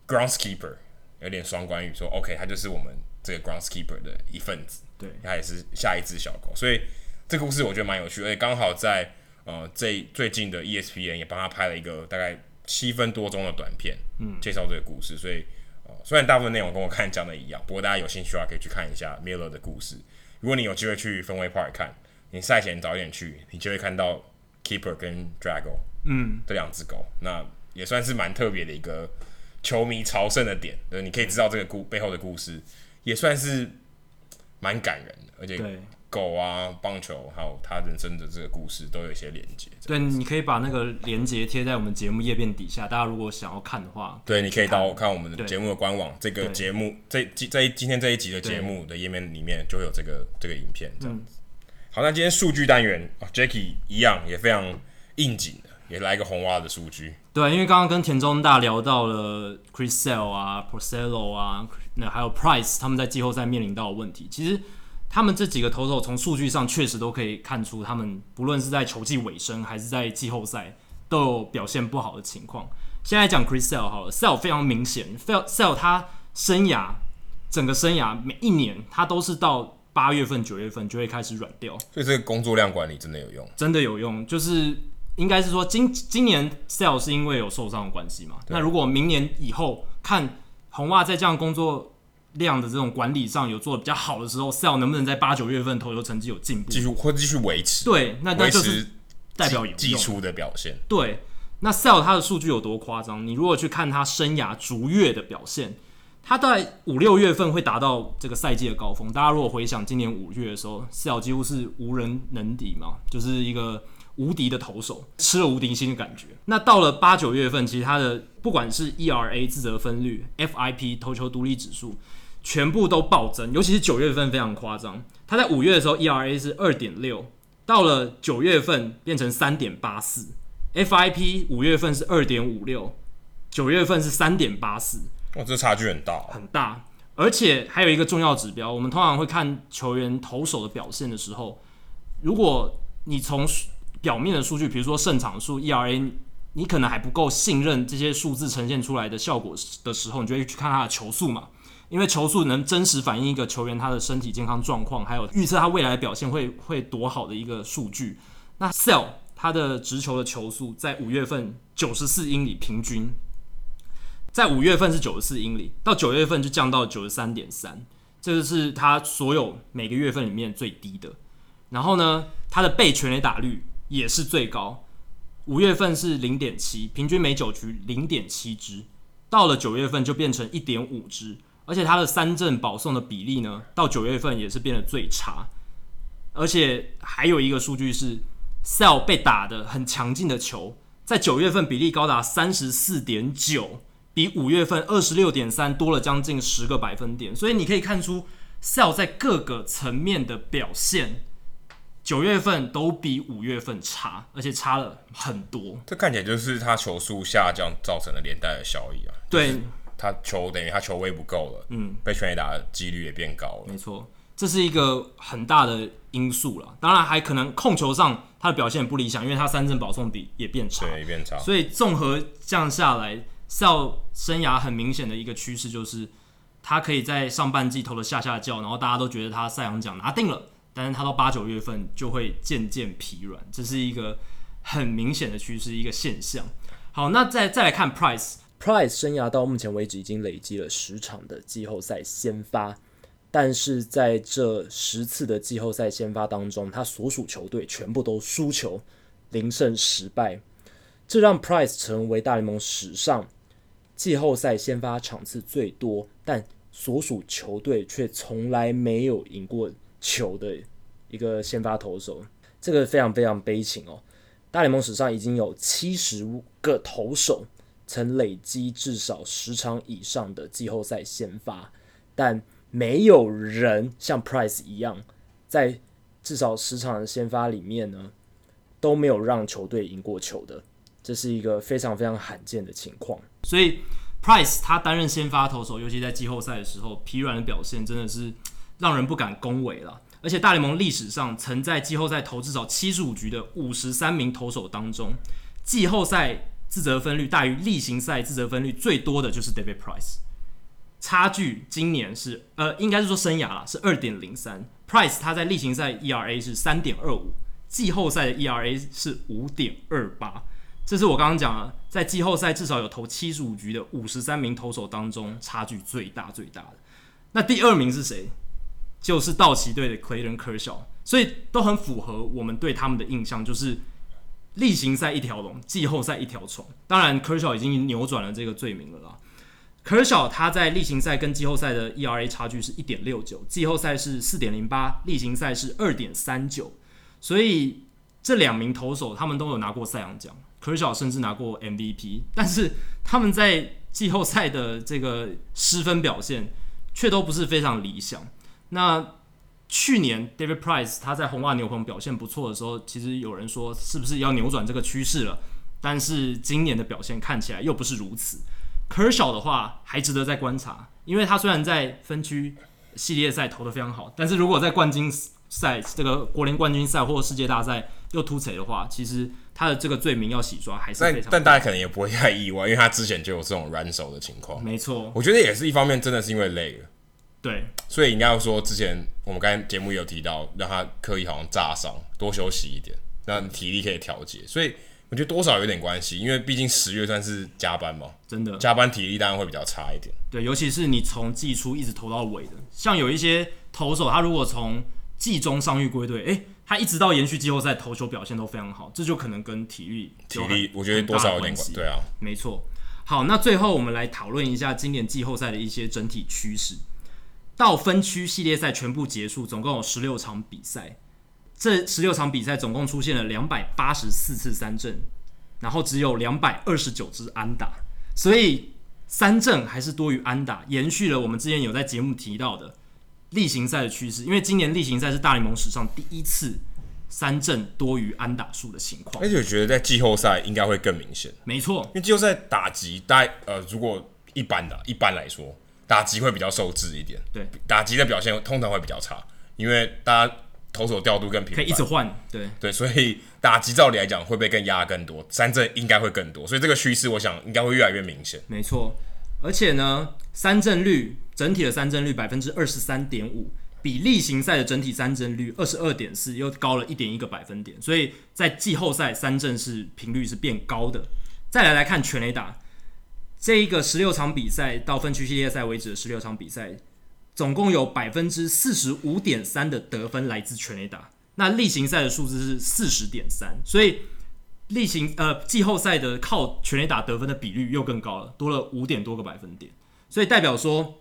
groundskeeper 有点双关语，说 OK，他就是我们这个 groundskeeper 的一份子，
对
它也是下一只小狗，所以这个故事我觉得蛮有趣，而且刚好在呃这最近的 E ESPN 也帮他拍了一个大概七分多钟的短片，嗯，介绍这个故事，所以呃虽然大部分内容跟我看讲的一样，不过大家有兴趣的话可以去看一下 Miller 的故事，如果你有机会去分位 Park 看，你赛前早一点去，你就会看到 Keeper 跟 Drago
嗯，
这两只狗，那也算是蛮特别的一个球迷朝圣的点，就是你可以知道这个故背后的故事，也算是蛮感人的，而且
对
狗啊、棒球还有他人生的这个故事都有一些连接。这样
对，你可以把那个连接贴在我们节目页面底下，大家如果想要看的话，
对，你可以到看我们的
对
节目的官网，这个
对
节目这这这一今天这一集的节目的页面里面就会有这个这个影片这
嗯
样子。好，那今天数据单元啊，Jacky 一样也非常应景的，也来一个红蛙的数据。
对，啊因为刚刚跟田中大聊到了 Chris Sale 啊、Porcello 啊，那还有 Price 他们在季后赛面临到的问题，其实他们这几个投手从数据上确实都可以看出，他们不论是在球季尾声还是在季后赛都有表现不好的情况。现在讲 Chris Sale 好了，Sale 非常明显，Sale Sale 他生涯整个生涯每一年他都是到八月份、九月份就会开始软掉，
所以这个工作量管理真的有用，
真的有用，就是应该是说今今年 sale 是因为有受伤的关系嘛。那如果明年以后看红袜在这样工作量的这种管理上有做的比较好的时候，sale 能不能在八九月份投球成绩有进步
继？续或继续维持，
对，那那
维
就是
持
代表有
季
用。
初的表现。
对，那 Sell 他的数据有多夸张？你如果去看他生涯逐月的表现，他在五六月份会达到这个赛季的高峰。大家如果回想今年五月的时候，Sell 几乎是无人能敌嘛，就是一个无敌的投手，吃了无敌心的感觉。那到了八九月份，其实他的不管是 ERA 自责分率、FIP 投球独立指数。全部都暴增，尤其是九月份非常夸张。他在五月的时候 ERA 是二点六，到了九月份变成三点八四，FIP 五月份是二点五六，九月份是三点八四，
哇，这差距很大、哦。
很大。而且还有一个重要指标，我们通常会看球员投手的表现的时候，如果你从数表面的数据，比如说胜场数、ERA，你可能还不够信任这些数字呈现出来的效果的时候，你就会去看他的球速嘛。因为球速能真实反映一个球员他的身体健康状况，还有预测他未来的表现会会多好的一个数据。那 Sell 他的直球的球速在五月份九十四英里平均，在五月份是九十四英里，到九月份就降到九十三点三。这个是他所有每个月份里面最低的。然后呢，他的被全垒打率也是最高，五月份是零点七，平均每九局零点七支，到了九月份就变成一点五支，而且他的三振保送的比例呢，到九月份也是变得最差。而且还有一个数据是，Sell 被打的很强劲的球，在九月份比例高达三十四点九，比五月份二十六点三多了将近十个百分点。所以你可以看出，Sell 在各个层面的表现，九月份都比五月份差，而且差了很多。
这看起来就是他球速下降造成的连带的效益啊。
对，
他球等于他球位不够了，嗯，被全垒打的几率也变高了。
没错，这是一个很大的因素了。当然，还可能控球上他的表现不理想，因为他三振保送比也变差。
对，变差。
所以综合这样下来，Sell 生涯很明显的一个趋势就是，他可以在上半季投的下下叫，然后大家都觉得他赛扬奖拿定了，但是他到八九月份就会渐渐疲软，这是一个很明显的趋势，一个现象。好，那再再来看 Price。
Price 生涯到目前为止已经累积了十场的季后赛先发，但是在这十次的季后赛先发当中，他所属球队全部都输球，零胜十败，这让 Price 成为大联盟史上季后赛先发场次最多，但所属球队却从来没有赢过球的一个先发投手，这个非常非常悲情哦。大联盟史上已经有七十个投手曾累积至少十场以上的季后赛先发，但没有人像 Price 一样，在至少十场的先发里面呢，都没有让球队赢过球的，这是一个非常非常罕见的情况。
所以 Price 他担任先发投手，尤其在季后赛的时候，疲软的表现真的是让人不敢恭维了。而且大联盟历史上曾在季后赛投至少七十五局的五十三名投手当中，季后赛自责分率大于例行赛自责分率最多的就是 David Price。差距今年是呃，应该是说生涯啦，是二点零三。Price 他在例行赛 ERA 是三点二五，季后赛的 ERA 是五点二八。这是我刚刚讲了，在季后赛至少有投七十五局的五十三名投手当中，差距最大最大的。那第二名是谁？就是道奇队的 Clayton Kershaw，所以都很符合我们对他们的印象，就是例行赛一条龙，季后赛一条虫。当然，Kershaw 已经扭转了这个罪名了啦。Kershaw 他在例行赛跟季后赛的 ERA 差距是一点六九，季后赛是四点零八，例行赛是二点三九，所以这两名投手他们都有拿过赛扬奖，Kershaw 甚至拿过 MVP，但是他们在季后赛的这个失分表现却都不是非常理想。那去年 David Price 他在红袜牛棚表现不错的时候，其实有人说是不是要扭转这个趋势了？但是今年的表现看起来又不是如此。Kershaw 的话还值得再观察，因为他虽然在分区系列赛投的非常好，但是如果在冠军赛这个国联冠军赛或世界大赛又突锤的话，其实他的这个罪名要洗刷还是非
但
常
但大家可能也不会太意外，因为他之前就有这种软手的情况。
没错，
我觉得也是一方面，真的是因为累了，
对
所以应该要说，之前我们刚才节目也有提到，让他刻意好像炸伤，多休息一点，让体力可以调节。所以我觉得多少有点关系，因为毕竟十月算是加班嘛，
真的
加班体力当然会比较差一点。
对，尤其是你从季初一直投到尾的，像有一些投手，他如果从季中伤愈归队，诶，他一直到延续季后赛投球表现都非常好，这就可能跟体育
体
有很
力我觉得
很大
多少
的
有点
关系
关，对啊，
没错。好，那最后我们来讨论一下今年季后赛的一些整体趋势。到分区系列赛全部结束，总共有十六场比赛。这十六场比赛总共出现了两百八十四次三振，然后只有两百二十九支安打，所以三振还是多于安打，延续了我们之前有在节目提到的例行赛的趋势。因为今年例行赛是大联盟史上第一次三振多于安打数的情况
而。且我觉得在季后赛应该会更明显，
没错
因，为季后赛打击大概呃，如果一般的一般来说，打击会比较受制一点，
对，
打击的表现通常会比较差，因为大家投手调度更频
可
繁，
以一直换，对。
对，所以打击照理来讲会被更压更多，三振应该会更多，所以这个趋势我想应该会越来越明显。
没错，而且呢，三振率整体的三振率百分之二十三点五，比例行赛的整体三振率二十二点四又高了一点一个百分点，所以在季后赛三振是频率是变高的。再来来看全垒打，这一个十六场比赛到分区系列赛为止的十六场比赛，总共有百分之四十五点三的得分来自全垒打，那例行赛的数字是四十点三，所以例行呃季后赛的靠全垒打得分的比率又更高了，多了五点多个百分点，所以代表说。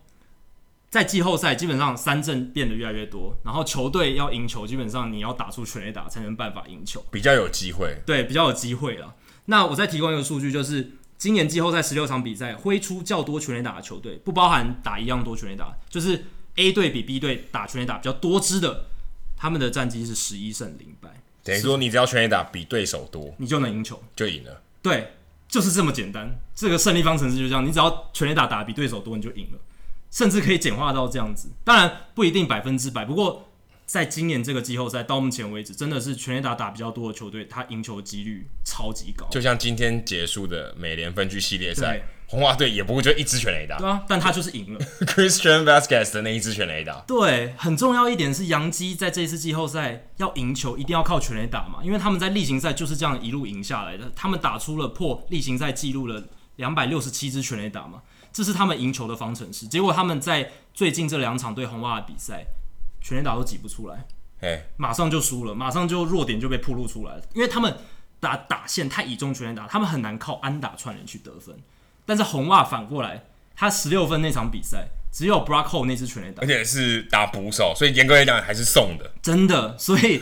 在季后赛，基本上三振变得越来越多，然后球队要赢球，基本上你要打出全垒打才能办法赢球。
比较有机会。
对，比较有机会了。那我再提供一个数据，就是今年季后赛十六场比赛，挥出较多全垒打的球队，不包含打一样多全垒打，就是 A 队比 B 队打全垒打比较多支的，他们的战绩是十一胜零败，
等于说你只要全垒打比对手多
你就能赢球。
就赢了。
对，就是这么简单。这个胜利方程式就这样，你只要全垒打打得比对手多，你就赢了，甚至可以简化到这样子。当然不一定百分之百，不过在今年这个季后赛到目前为止，真的是全垒打打比较多的球队，他赢球几率超级高。
就像今天结束的美联分区系列
对
赛，红袜队也不会就一支全垒打
对啊，但他就是赢了。
，Christian Vasquez 的那一支全垒打，
对，很重要一点是，洋基在这一次季后赛要赢球，一定要靠全垒打嘛，因为他们在例行赛就是这样一路赢下来的。他们打出了破例行赛纪录了两百六十七支全垒打嘛，这是他们赢球的方程式。结果他们在最近这两场对红袜的比赛，全垒打都挤不出来，
哎，
马上就输了，马上就弱点就被暴露出来了，因为他们打打线太倚重全垒打，他们很难靠安打串联去得分。但是红袜反过来，他十六分那场比赛，只有 Brock h o 那支全垒打
而。且是打捕手，所以严格来讲还是送的。
真的，所以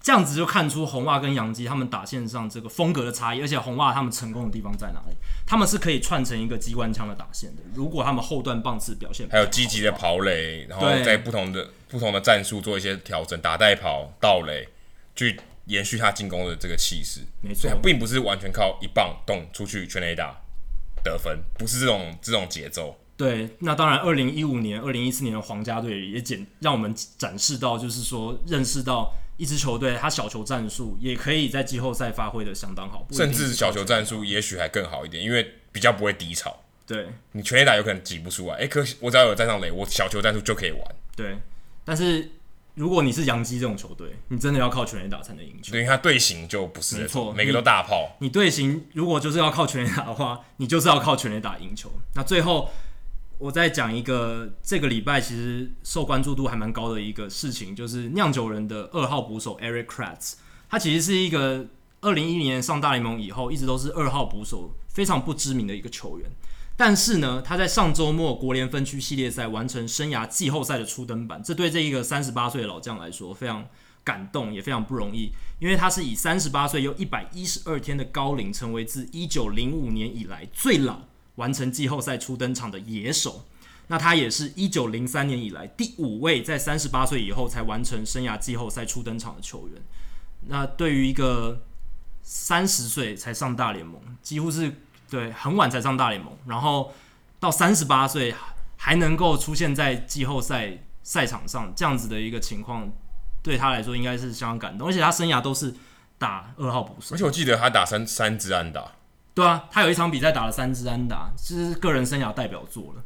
这样子就看出红袜跟洋基他们打线上这个风格的差异，而且红袜他们成功的地方在哪里？他们是可以串成一个机关枪的打线的。如果他们后段棒次表现
还有积极的跑垒，然后
对
在不同的不同的战术做一些调整，打带跑、盗垒，去延续他进攻的这个气势。
没错
所以并不是完全靠一棒动出去全垒打得分，不是这种这种节奏。
对，那当然，二零一五年、二零一四年的皇家队也展让我们展示到，就是说认识到一支球队他小球战术也可以在季后赛发挥的相当好，不一定
甚至小球战术也许还更好一点，因为比较不会低潮。
对。
你全垒打有可能挤不出来，哎、可是我只要有站上垒，我小球战术就可以玩。
对，但是如果你是洋基这种球队，你真的要靠全垒打才能赢球。
对，因为他队形就不是那
没错
种每个都大炮，
你队形如果就是要靠全垒打的话，你就是要靠全垒打赢球。那最后我再讲一个这个礼拜其实受关注度还蛮高的一个事情，就是酿酒人的二号捕手 Eric Kratz，他其实是一个二零一零年上大联盟以后一直都是二号捕手，非常不知名的一个球员。但是呢，他在上周末国联分区系列赛完成生涯季后赛的初登板，这对这一个三十八岁的老将来说非常感动，也非常不容易，因为他是以三十八岁又一百一十二天的高龄，成为自一九零五年以来最老完成季后赛初登场的野手。那他也是一九零三年以来第五位在三十八岁以后才完成生涯季后赛初登场的球员。那对于一个三十岁才上大联盟，几乎是对很晚才上大联盟，然后到三十八岁还能够出现在季后赛赛场上这样子的一个情况，对他来说应该是相当感动，而且他生涯都是打二号捕手
而，且我记得他打三三支安打，
对啊，他有一场比赛打了三支安打，是个人生涯代表作了。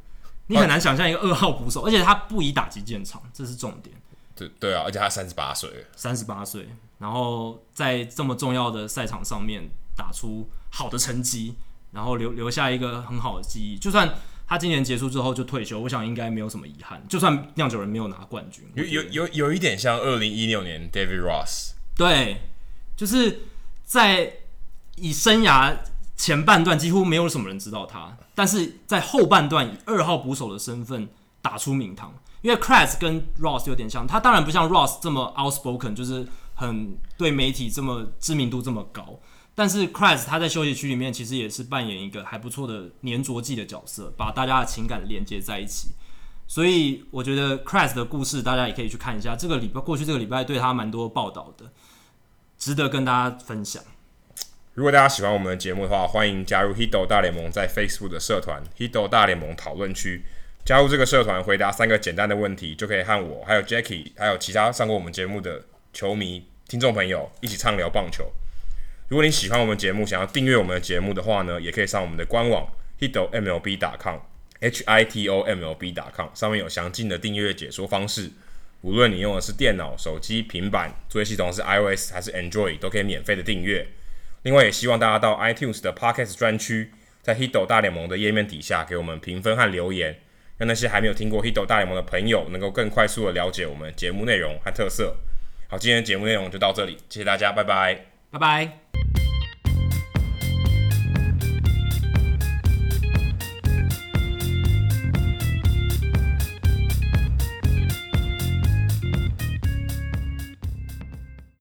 你很难想象一个二号捕手，而且他不以打击见长，这是重点。
对对啊，而且他三十八岁了，
三十八岁，然后在这么重要的赛场上面打出好的成绩，然后留留下一个很好的记忆。就算他今年结束之后就退休，我想应该没有什么遗憾。就算酿酒人没有拿冠军，
有有有有一点像二零一六年 David Ross，
对，就是在以生涯前半段几乎没有什么人知道他，但是在后半段以二号捕手的身份打出名堂。因为 Kras 跟 Ross 有点像，他当然不像 Ross 这么 outspoken，就是很对媒体这么知名度这么高。但是 Kras 他在休息区里面其实也是扮演一个还不错的粘着剂的角色，把大家的情感连接在一起。所以我觉得 Crash 的故事大家也可以去看一下。这个礼拜过去这个礼拜对他蛮多报道的，值得跟大家分享。
如果大家喜欢我们的节目的话，欢迎加入 Hido 大联盟在 Facebook 的社团 Hido 大联盟讨论区。加入这个社团，回答三个简单的问题，就可以和我、还有 Jackie、还有其他上过我们节目的球迷、听众朋友一起畅聊棒球。如果你喜欢我们节目，想要订阅我们的节目的话呢，也可以上我们的官网 Hido MLB com H I T O M L B com 上面有详尽的订阅解说方式。无论你用的是电脑、手机、平板，作业系统是 iOS 还是 Android，都可以免费的订阅。另外，也希望大家到 iTunes 的 Podcast 专区，在 Hido 大联盟的页面底下给我们评分和留言，让那些还没有听过 Hito 大联盟的朋友能够更快速的了解我们节目内容和特色。好，今天的节目内容就到这里，谢谢大家，拜拜。
拜拜。